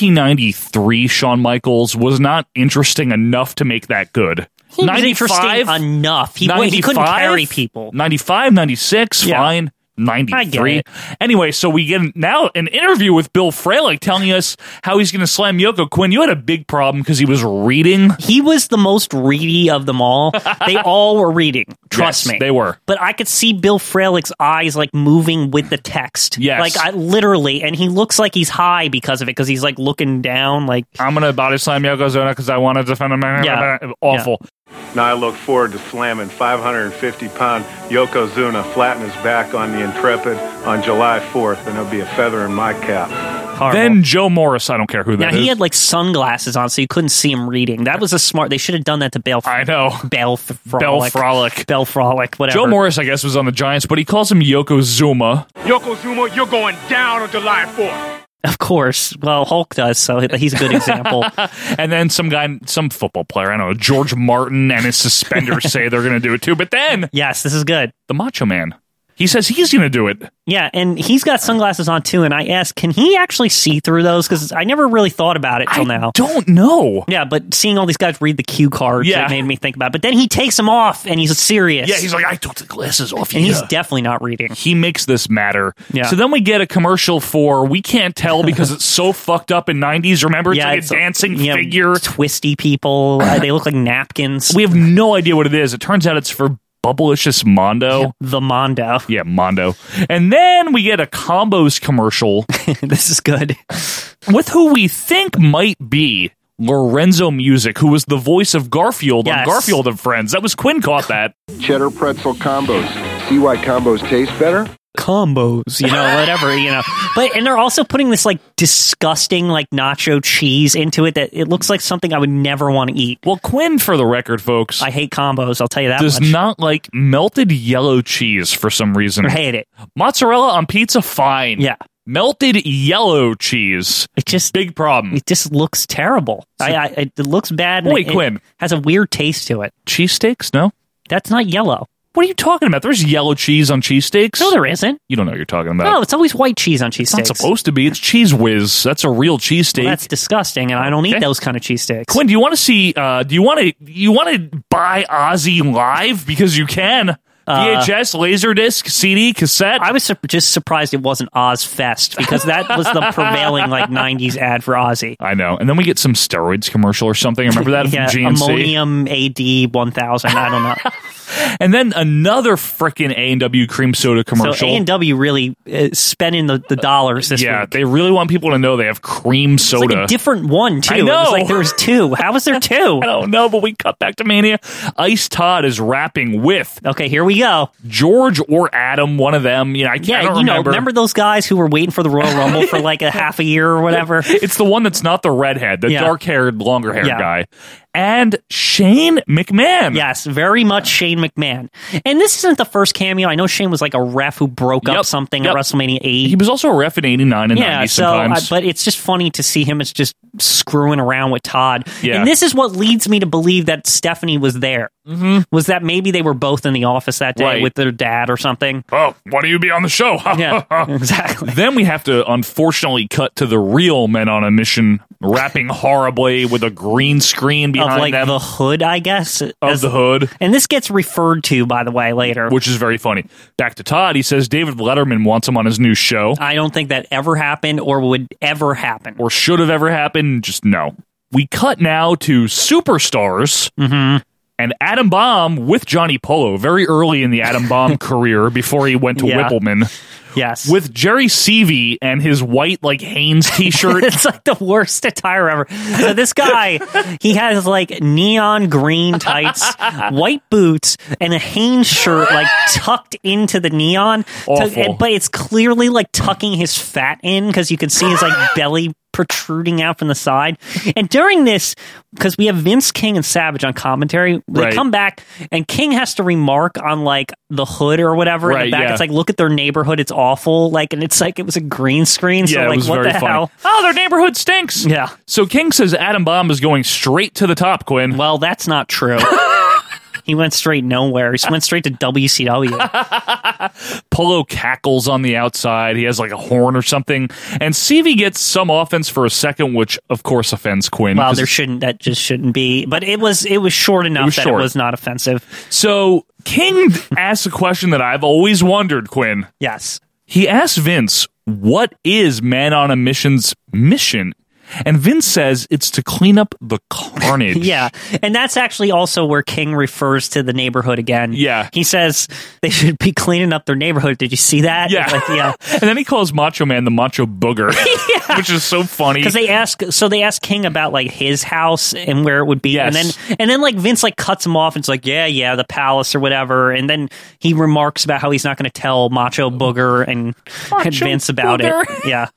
1993 Shawn Michaels was not interesting enough to make that good.
He was interesting enough. He, he couldn't
95?
carry people.
95, 96,
Yeah.
fine. 93.
I get it.
Anyway, so we get now an interview with Bill Fralick telling us how he's going to slam Yoko Quinn. You had a big problem because he was reading.
He was the most reedy of them all. they all were reading. Trust
Yes,
me.
They were.
But I could see Bill Frelick's eyes like moving with the text.
Yes.
Like I literally, and he looks like he's high because of it, because he's like looking down. Like
I'm going to body slam Yokozuna because I want to defend him.
Yeah.
Awful.
Now I look forward to slamming 550-pound Yokozuna flat in his back on the Intrepid on July 4th, and it'll be a feather in my cap.
horrible.
Then Joe Morris. I don't care who that
now
is.
he had like sunglasses on, so you couldn't see him reading. That was a smart. They should have done that to Bill.
I know.
Bell Frolic.
Bill Frolick.
Bell Frolic. Whatever.
Joe Morris, I guess, was on the Giants, but he calls him Yokozuma.
Yokozuna, you're going down on July 4th.
Of course. Well, Hulk does, so he's a good example.
and then some guy, some football player, I don't know, George Martin and his suspenders say they're going to do it too. But then
yes, this is good.
the Macho Man. He says he's going to do it.
Yeah, and he's got sunglasses on too. And I asked, can he actually see through those? Because I never really thought about it till now.
Don't know.
Yeah, but seeing all these guys read the cue cards,
Yeah.
it made me think about. it. But then he takes them off, and he's serious.
Yeah, he's like, I took the glasses off.
and he's
Yeah.
definitely not reading.
He makes this matter.
Yeah.
So then we get a commercial for we can't tell because it's so fucked up in '90s. Remember, it's
Yeah,
like
it's
a
a-
dancing
yeah,
figure,
twisty people. Uh, they look like napkins.
We have no idea what it is. It turns out it's for Bubblicious Mondo.
the Mondo.
Yeah, Mondo. And then we get a combos commercial.
this is good.
With who we think might be Lorenzo Music, who was the voice of Garfield
Yes.
on Garfield and Friends. That was Quinn caught that.
Cheddar pretzel combos. See why combos taste better?
Combos, you know, whatever, you know. But and they're also putting this like disgusting like nacho cheese into it that it looks like something I would never want to eat.
Well, Quinn, for the record, folks,
I hate combos. I'll tell you that
Does
much.
not like melted yellow cheese for some reason.
I hate it.
Mozzarella on pizza, fine.
Yeah.
Melted yellow cheese.
It just
big problem.
It just looks terrible. I, I it it looks bad. and
Boy,
it- it
Quinn.
has a weird taste to it.
Cheesesteaks? No.
That's not yellow.
What are you talking about? There's yellow cheese on cheesesteaks?
No, there isn't.
You don't know what you're talking about.
No, it's always white cheese on cheesesteaks.
It's not supposed to be. It's cheese whiz. That's a real cheesesteak.
Well, that's disgusting, and I don't eat
Okay.
those kind of cheesesteaks.
Quinn, do you want to see? Uh, do you want to? You want to buy Ozzy live because you can. VHS, Laserdisc, CD, cassette.
Uh, I was sur- just surprised it wasn't Ozfest because that was the prevailing like '90s ad for Ozzy.
I know. And then we get some steroids commercial or something. Remember that
yeah,
from GNC?
ammonium AD 1000. I don't know.
And then another frickin' A and W cream soda commercial.
so A and W really uh, spending the, the dollars this
yeah,
week.
they really want people to know they have cream
It's
soda.
like a different one too.
I
It was
know.
like there was two. How was there two?
I don't know, but we cut back to Mania. Ice Todd is rapping with
Okay, here we go.
George or Adam, one of them. You know, I, can't
Yeah,
I don't
you know,
remember.
remember those guys who were waiting for the Royal Rumble for like a half a year or whatever?
It's the one that's not the redhead, the
Yeah.
dark haired, longer haired
Yeah.
guy. And Shane McMahon.
Yes, very much Shane McMahon. And this isn't the first cameo. I know Shane was like a ref who broke
Yep,
up something
yep.
at WrestMania 8.
He was also a ref in 89 and 90
so,
sometimes.
uh, but it's just funny to see him as just screwing around with Todd.
Yeah.
And this is what leads me to believe that Stephanie was there. Mm-hmm. Was that maybe they were both in the office that day
Right.
with their dad or something?
oh, why don't you be on the show?
Yeah, exactly.
Then we have to unfortunately cut to the real men on a mission, rapping horribly with a green screen behind
of like
them
the hood, I guess.
of the hood,
and this gets referred to, by the way, later.
which is very funny. Back to Todd, he says David Letterman wants him on his new show,
I don't think that ever happened or would ever happen.
or should have ever happened. Just no. We cut now to superstars.
Mm-hmm.
And Adam Bomb with Johnny Polo, very early in the Adam Bomb career before he went to
Yeah.
Whippleman,
Yes.
with Jerry Seavey and his white, like Hanes t shirt.
it's like the worst attire ever. So this guy, he has like neon green tights, white boots, and a Hanes shirt like tucked into the neon. To-
Awful.
but it's clearly like tucking his fat in because you can see his like belly protruding out from the side. And during this, because we have Vince King and Savage on commentary, they
Right.
come back and King has to remark on like the hood or whatever in
Right,
the back.
yeah.
It's like look at their neighborhood, it's awful. Like and it's like it was a green screen. so
yeah,
like
it was
what
very
the
funny.
hell?
Oh, their neighborhood stinks.
Yeah.
So King says Adam Bomb is going straight to the top, Quinn.
Well, that's not true. he went straight nowhere. He went straight to WCW.
Polo cackles on the outside. He has like a horn or something. And CV gets some offense for a second, which of course offends Quinn.
Well,
'cause-
there shouldn't that just shouldn't be. But it was it was short enough
was
that
short.
it was not offensive.
so King asks a question that I've always wondered, Quinn.
Yes.
He asks Vince, what is Man on a Mission's mission? And Vince says it's to clean up the carnage.
Yeah. And that's actually also where King refers to the neighborhood again.
Yeah.
He says they should be cleaning up their neighborhood. Did you see that?
Yeah.
Like, yeah.
and then he calls Macho Man the Macho Booger, which is so funny.
Because they ask, so they ask King about like his house and where it would be, and
Yes.
then and then like Vince like cuts him off and it's like, yeah, yeah, the palace or whatever, and then he remarks about how he's not going to tell Macho Booger and, and
Macho
Vince about
Booger.
it. Yeah,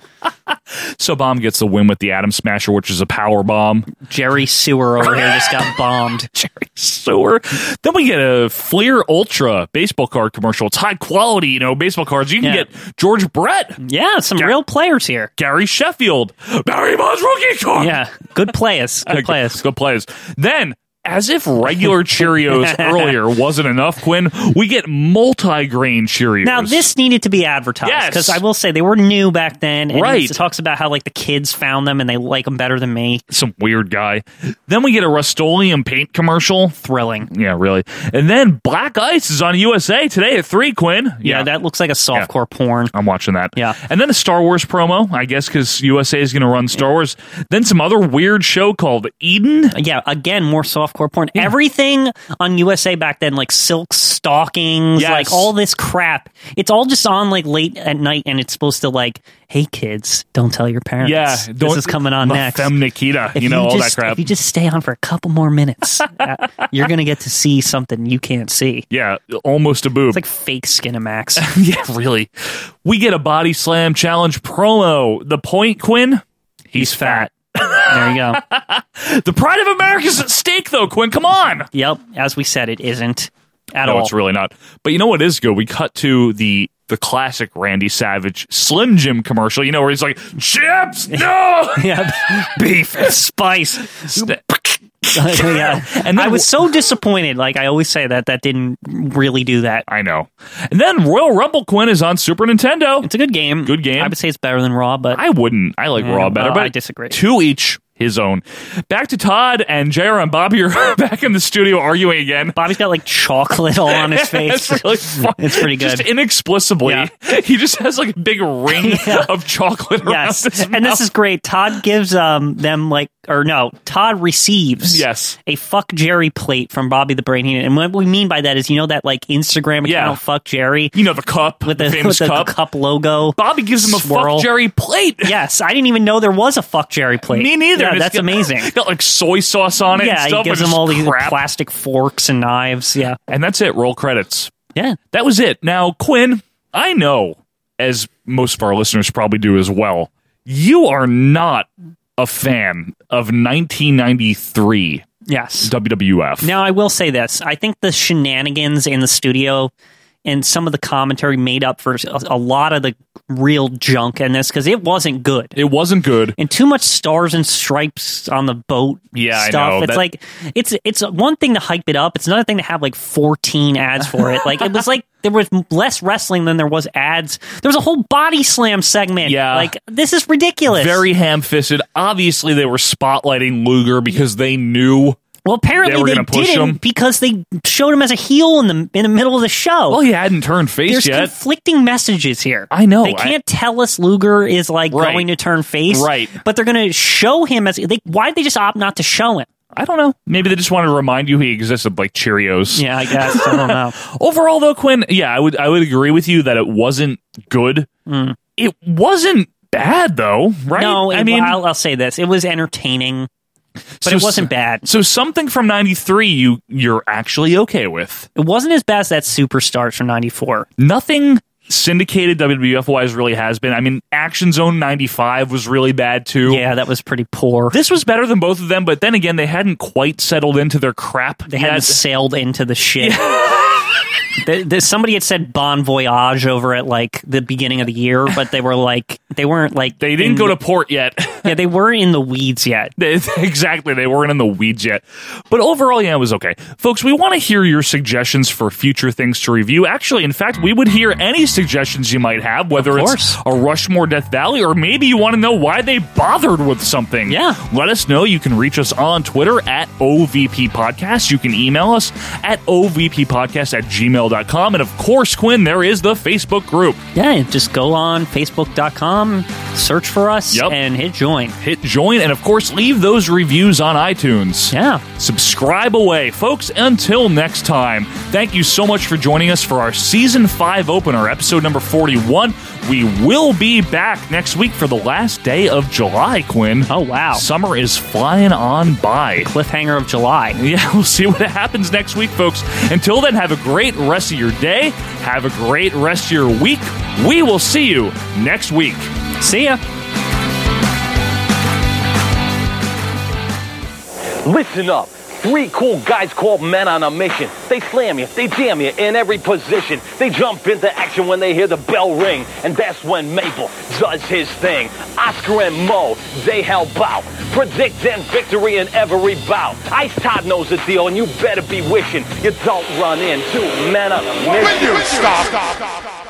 So Bomb gets the win with the Atom Smasher, which is a power bomb.
Jerry Sewer over here just got bombed.
Sewer. Then we get a Fleer Ultra baseball card commercial. It's high quality, you know, baseball cards. You can
Yeah.
get George Brett,
Yeah, some real players here.
Gary Sheffield, Barry Bonds rookie card.
Yeah, good players, good
Uh,
players.
Good players. Then as if regular Cheerios earlier wasn't enough, Quinn, we get multi-grain Cheerios.
Now this needed to be advertised
Yes.
because I will say they were new back then. And
Right.
It talks about how like the kids found them and they like them better than me.
some weird guy. Then we get a Rust-Oleum paint commercial.
Thrilling.
Yeah, really. And then Black Ice is on USA today at 3, Quinn.
Yeah, that looks like a softcore porn.
I'm watching that.
Yeah.
And then a Star Wars promo, I guess, because USA is going to run Star Wars. Then some other weird show called Eden.
Yeah, again, more softcore porn. Everything on USA back then, like silk stockings,
Yes.
like all this crap. It's all just on like late at night, and it's supposed to like, hey kids, don't tell your parents.
Yeah,
this is coming on
La
next.
Femme Nikita,
If
you know all
just-
that crap.
If you just stay on for a couple more minutes, uh, you're gonna get to see something you can't see.
yeah, almost a boob.
It's like fake Skinamax.
yeah, really. We get a body slam challenge promo. The point, Quinn. He's fat.
there you go.
The pride of America's at stake, though, Quinn. Come on.
Yep. As we said, it isn't at
no,
all.
it's really not. But you know what is good? We cut to the the classic Randy Savage Slim Jim commercial. You know where he's like chips, no,
yeah, beef and spice. yeah.
And
And
then-
I was so disappointed. Like I always say that that didn't really do that.
I know. And then Royal Rumble Quinn is on Super Nintendo.
It's a good game.
Good game.
I would say it's better than Raw, but
I wouldn't. I like
Yeah,
Raw better,
well,
but
I disagree.
To each his own. Back to Todd and JR and Bobby are back in the studio arguing again.
Bobby's got like chocolate all on his face.
it's, really fun.
It's pretty good.
Just inexplicably, he just has like a big ring of chocolate around
yes,
his
and
mouth.
this is great. Todd gives um them like or no, Todd receives
Yes.
a fuck Jerry plate from Bobby the Brain Heenan, and what we mean by that is you know that like Instagram account
Yeah.
fuck Jerry
you know the cup
with the,
famous
with the the
cup.
cup. logo.
Bobby gives him a
swirl.
fuck Jerry plate.
Yes, I didn't even know there was a fuck Jerry plate.
Me neither.
Yeah,
It's
that's
got-
amazing.
Got like soy sauce on it. and
Yeah, he
stuff,
gives
and
them
just
all these
crap.
plastic forks and knives. Yeah,
and that's it. Roll credits.
yeah.
That was it. Now, Quinn, I know, as most of our listeners probably do as well, you are not a fan of 1993
Yes.
WWF.
Now I will say this: I think the shenanigans in the studio and some of the commentary made up for a, a lot of the real junk in this because it wasn't good.
it wasn't good.
and too much stars and stripes on the boat
Yeah, I
stuff.
know.
It's
That-
like it's it's one thing to hype it up. It's another thing to have like fourteen ads for it. Like it was like there was less wrestling than there was ads. There was a whole body slam segment.
Yeah.
like this is ridiculous.
Very ham fisted. Obviously, they were spotlighting Luger because they knew.
well.
They
Apparently
were
they,
gonna push
didn't
him.
because they showed him as a heel in the in the middle of the show.
Well, he hadn't turned face
There's
yet.
conflicting messages here.
I know.
They
I-
can't tell us Luger is like
Right.
going to turn face,
Right.
But they're going to show him as they. Why did they just opt not to show him?
I don't know. Maybe they just wanted to remind you he existed, like Cheerios.
Yeah, I guess. I don't know.
Overall, though, Quinn, yeah, I would I would agree with you that it wasn't good. It wasn't bad though, right?
Mm. No,
I
it-
mean,
I'll, I'll say this: it was entertaining, but
So
it wasn't bad.
so something from '93 you you're actually okay with.
It wasn't as bad as that Superstars from '94.
Nothing syndicated WWF wise really has been. I mean, Action Zone '95 was really bad too.
Yeah, that was pretty poor.
This was better than both of them, but then again, they hadn't quite settled into their crap.
They hadn't
yet.
sailed into the ship. Th- th- somebody had said "Bon Voyage" over at like the beginning of the year, but they were like they weren't like
They didn't
in
go
the-
to port yet.
yeah they weren't in the weeds yet.
They- exactly. They weren't in the weeds yet. But overall, yeah, it was okay. Folks, we want to hear your suggestions for future things to review. Actually, in fact, we would hear any suggestions you might have, whether it's
course.
a Rushmore Death Valley or maybe you want to know why they bothered with something.
Yeah.
Let us know. You can reach us on Twitter at OVP Podcast. You can email us at OVP Podcast at gmail.com. And of course, Quinn, there is the Facebook group.
Yeah, just go on Facebook.com, search for us,
Yep.
and hit join.
Hit join and, of course, leave those reviews on iTunes.
Yeah.
subscribe away. Folks, until next time, thank you so much for joining us for our season five opener, episode number 41. We will be back next week for the last day of July, Quinn.
Oh wow,
Summer is flying on by.
cliffhanger of July.
Yeah, we'll see what happens next week, folks. Until then, have a great rest of your day. Have a great rest of your week. We will see you next week.
See ya.
Listen up.
Three cool guys called men on a mission. They slam you, they jam you in every position. They jump into action when they hear the bell ring. And that's when Maple does his thing. Oscar and Mo, they help out. Predict and victory in every bout. Ice Todd knows the deal, and you better be wishing you don't run into men on a mission.
Will you stop?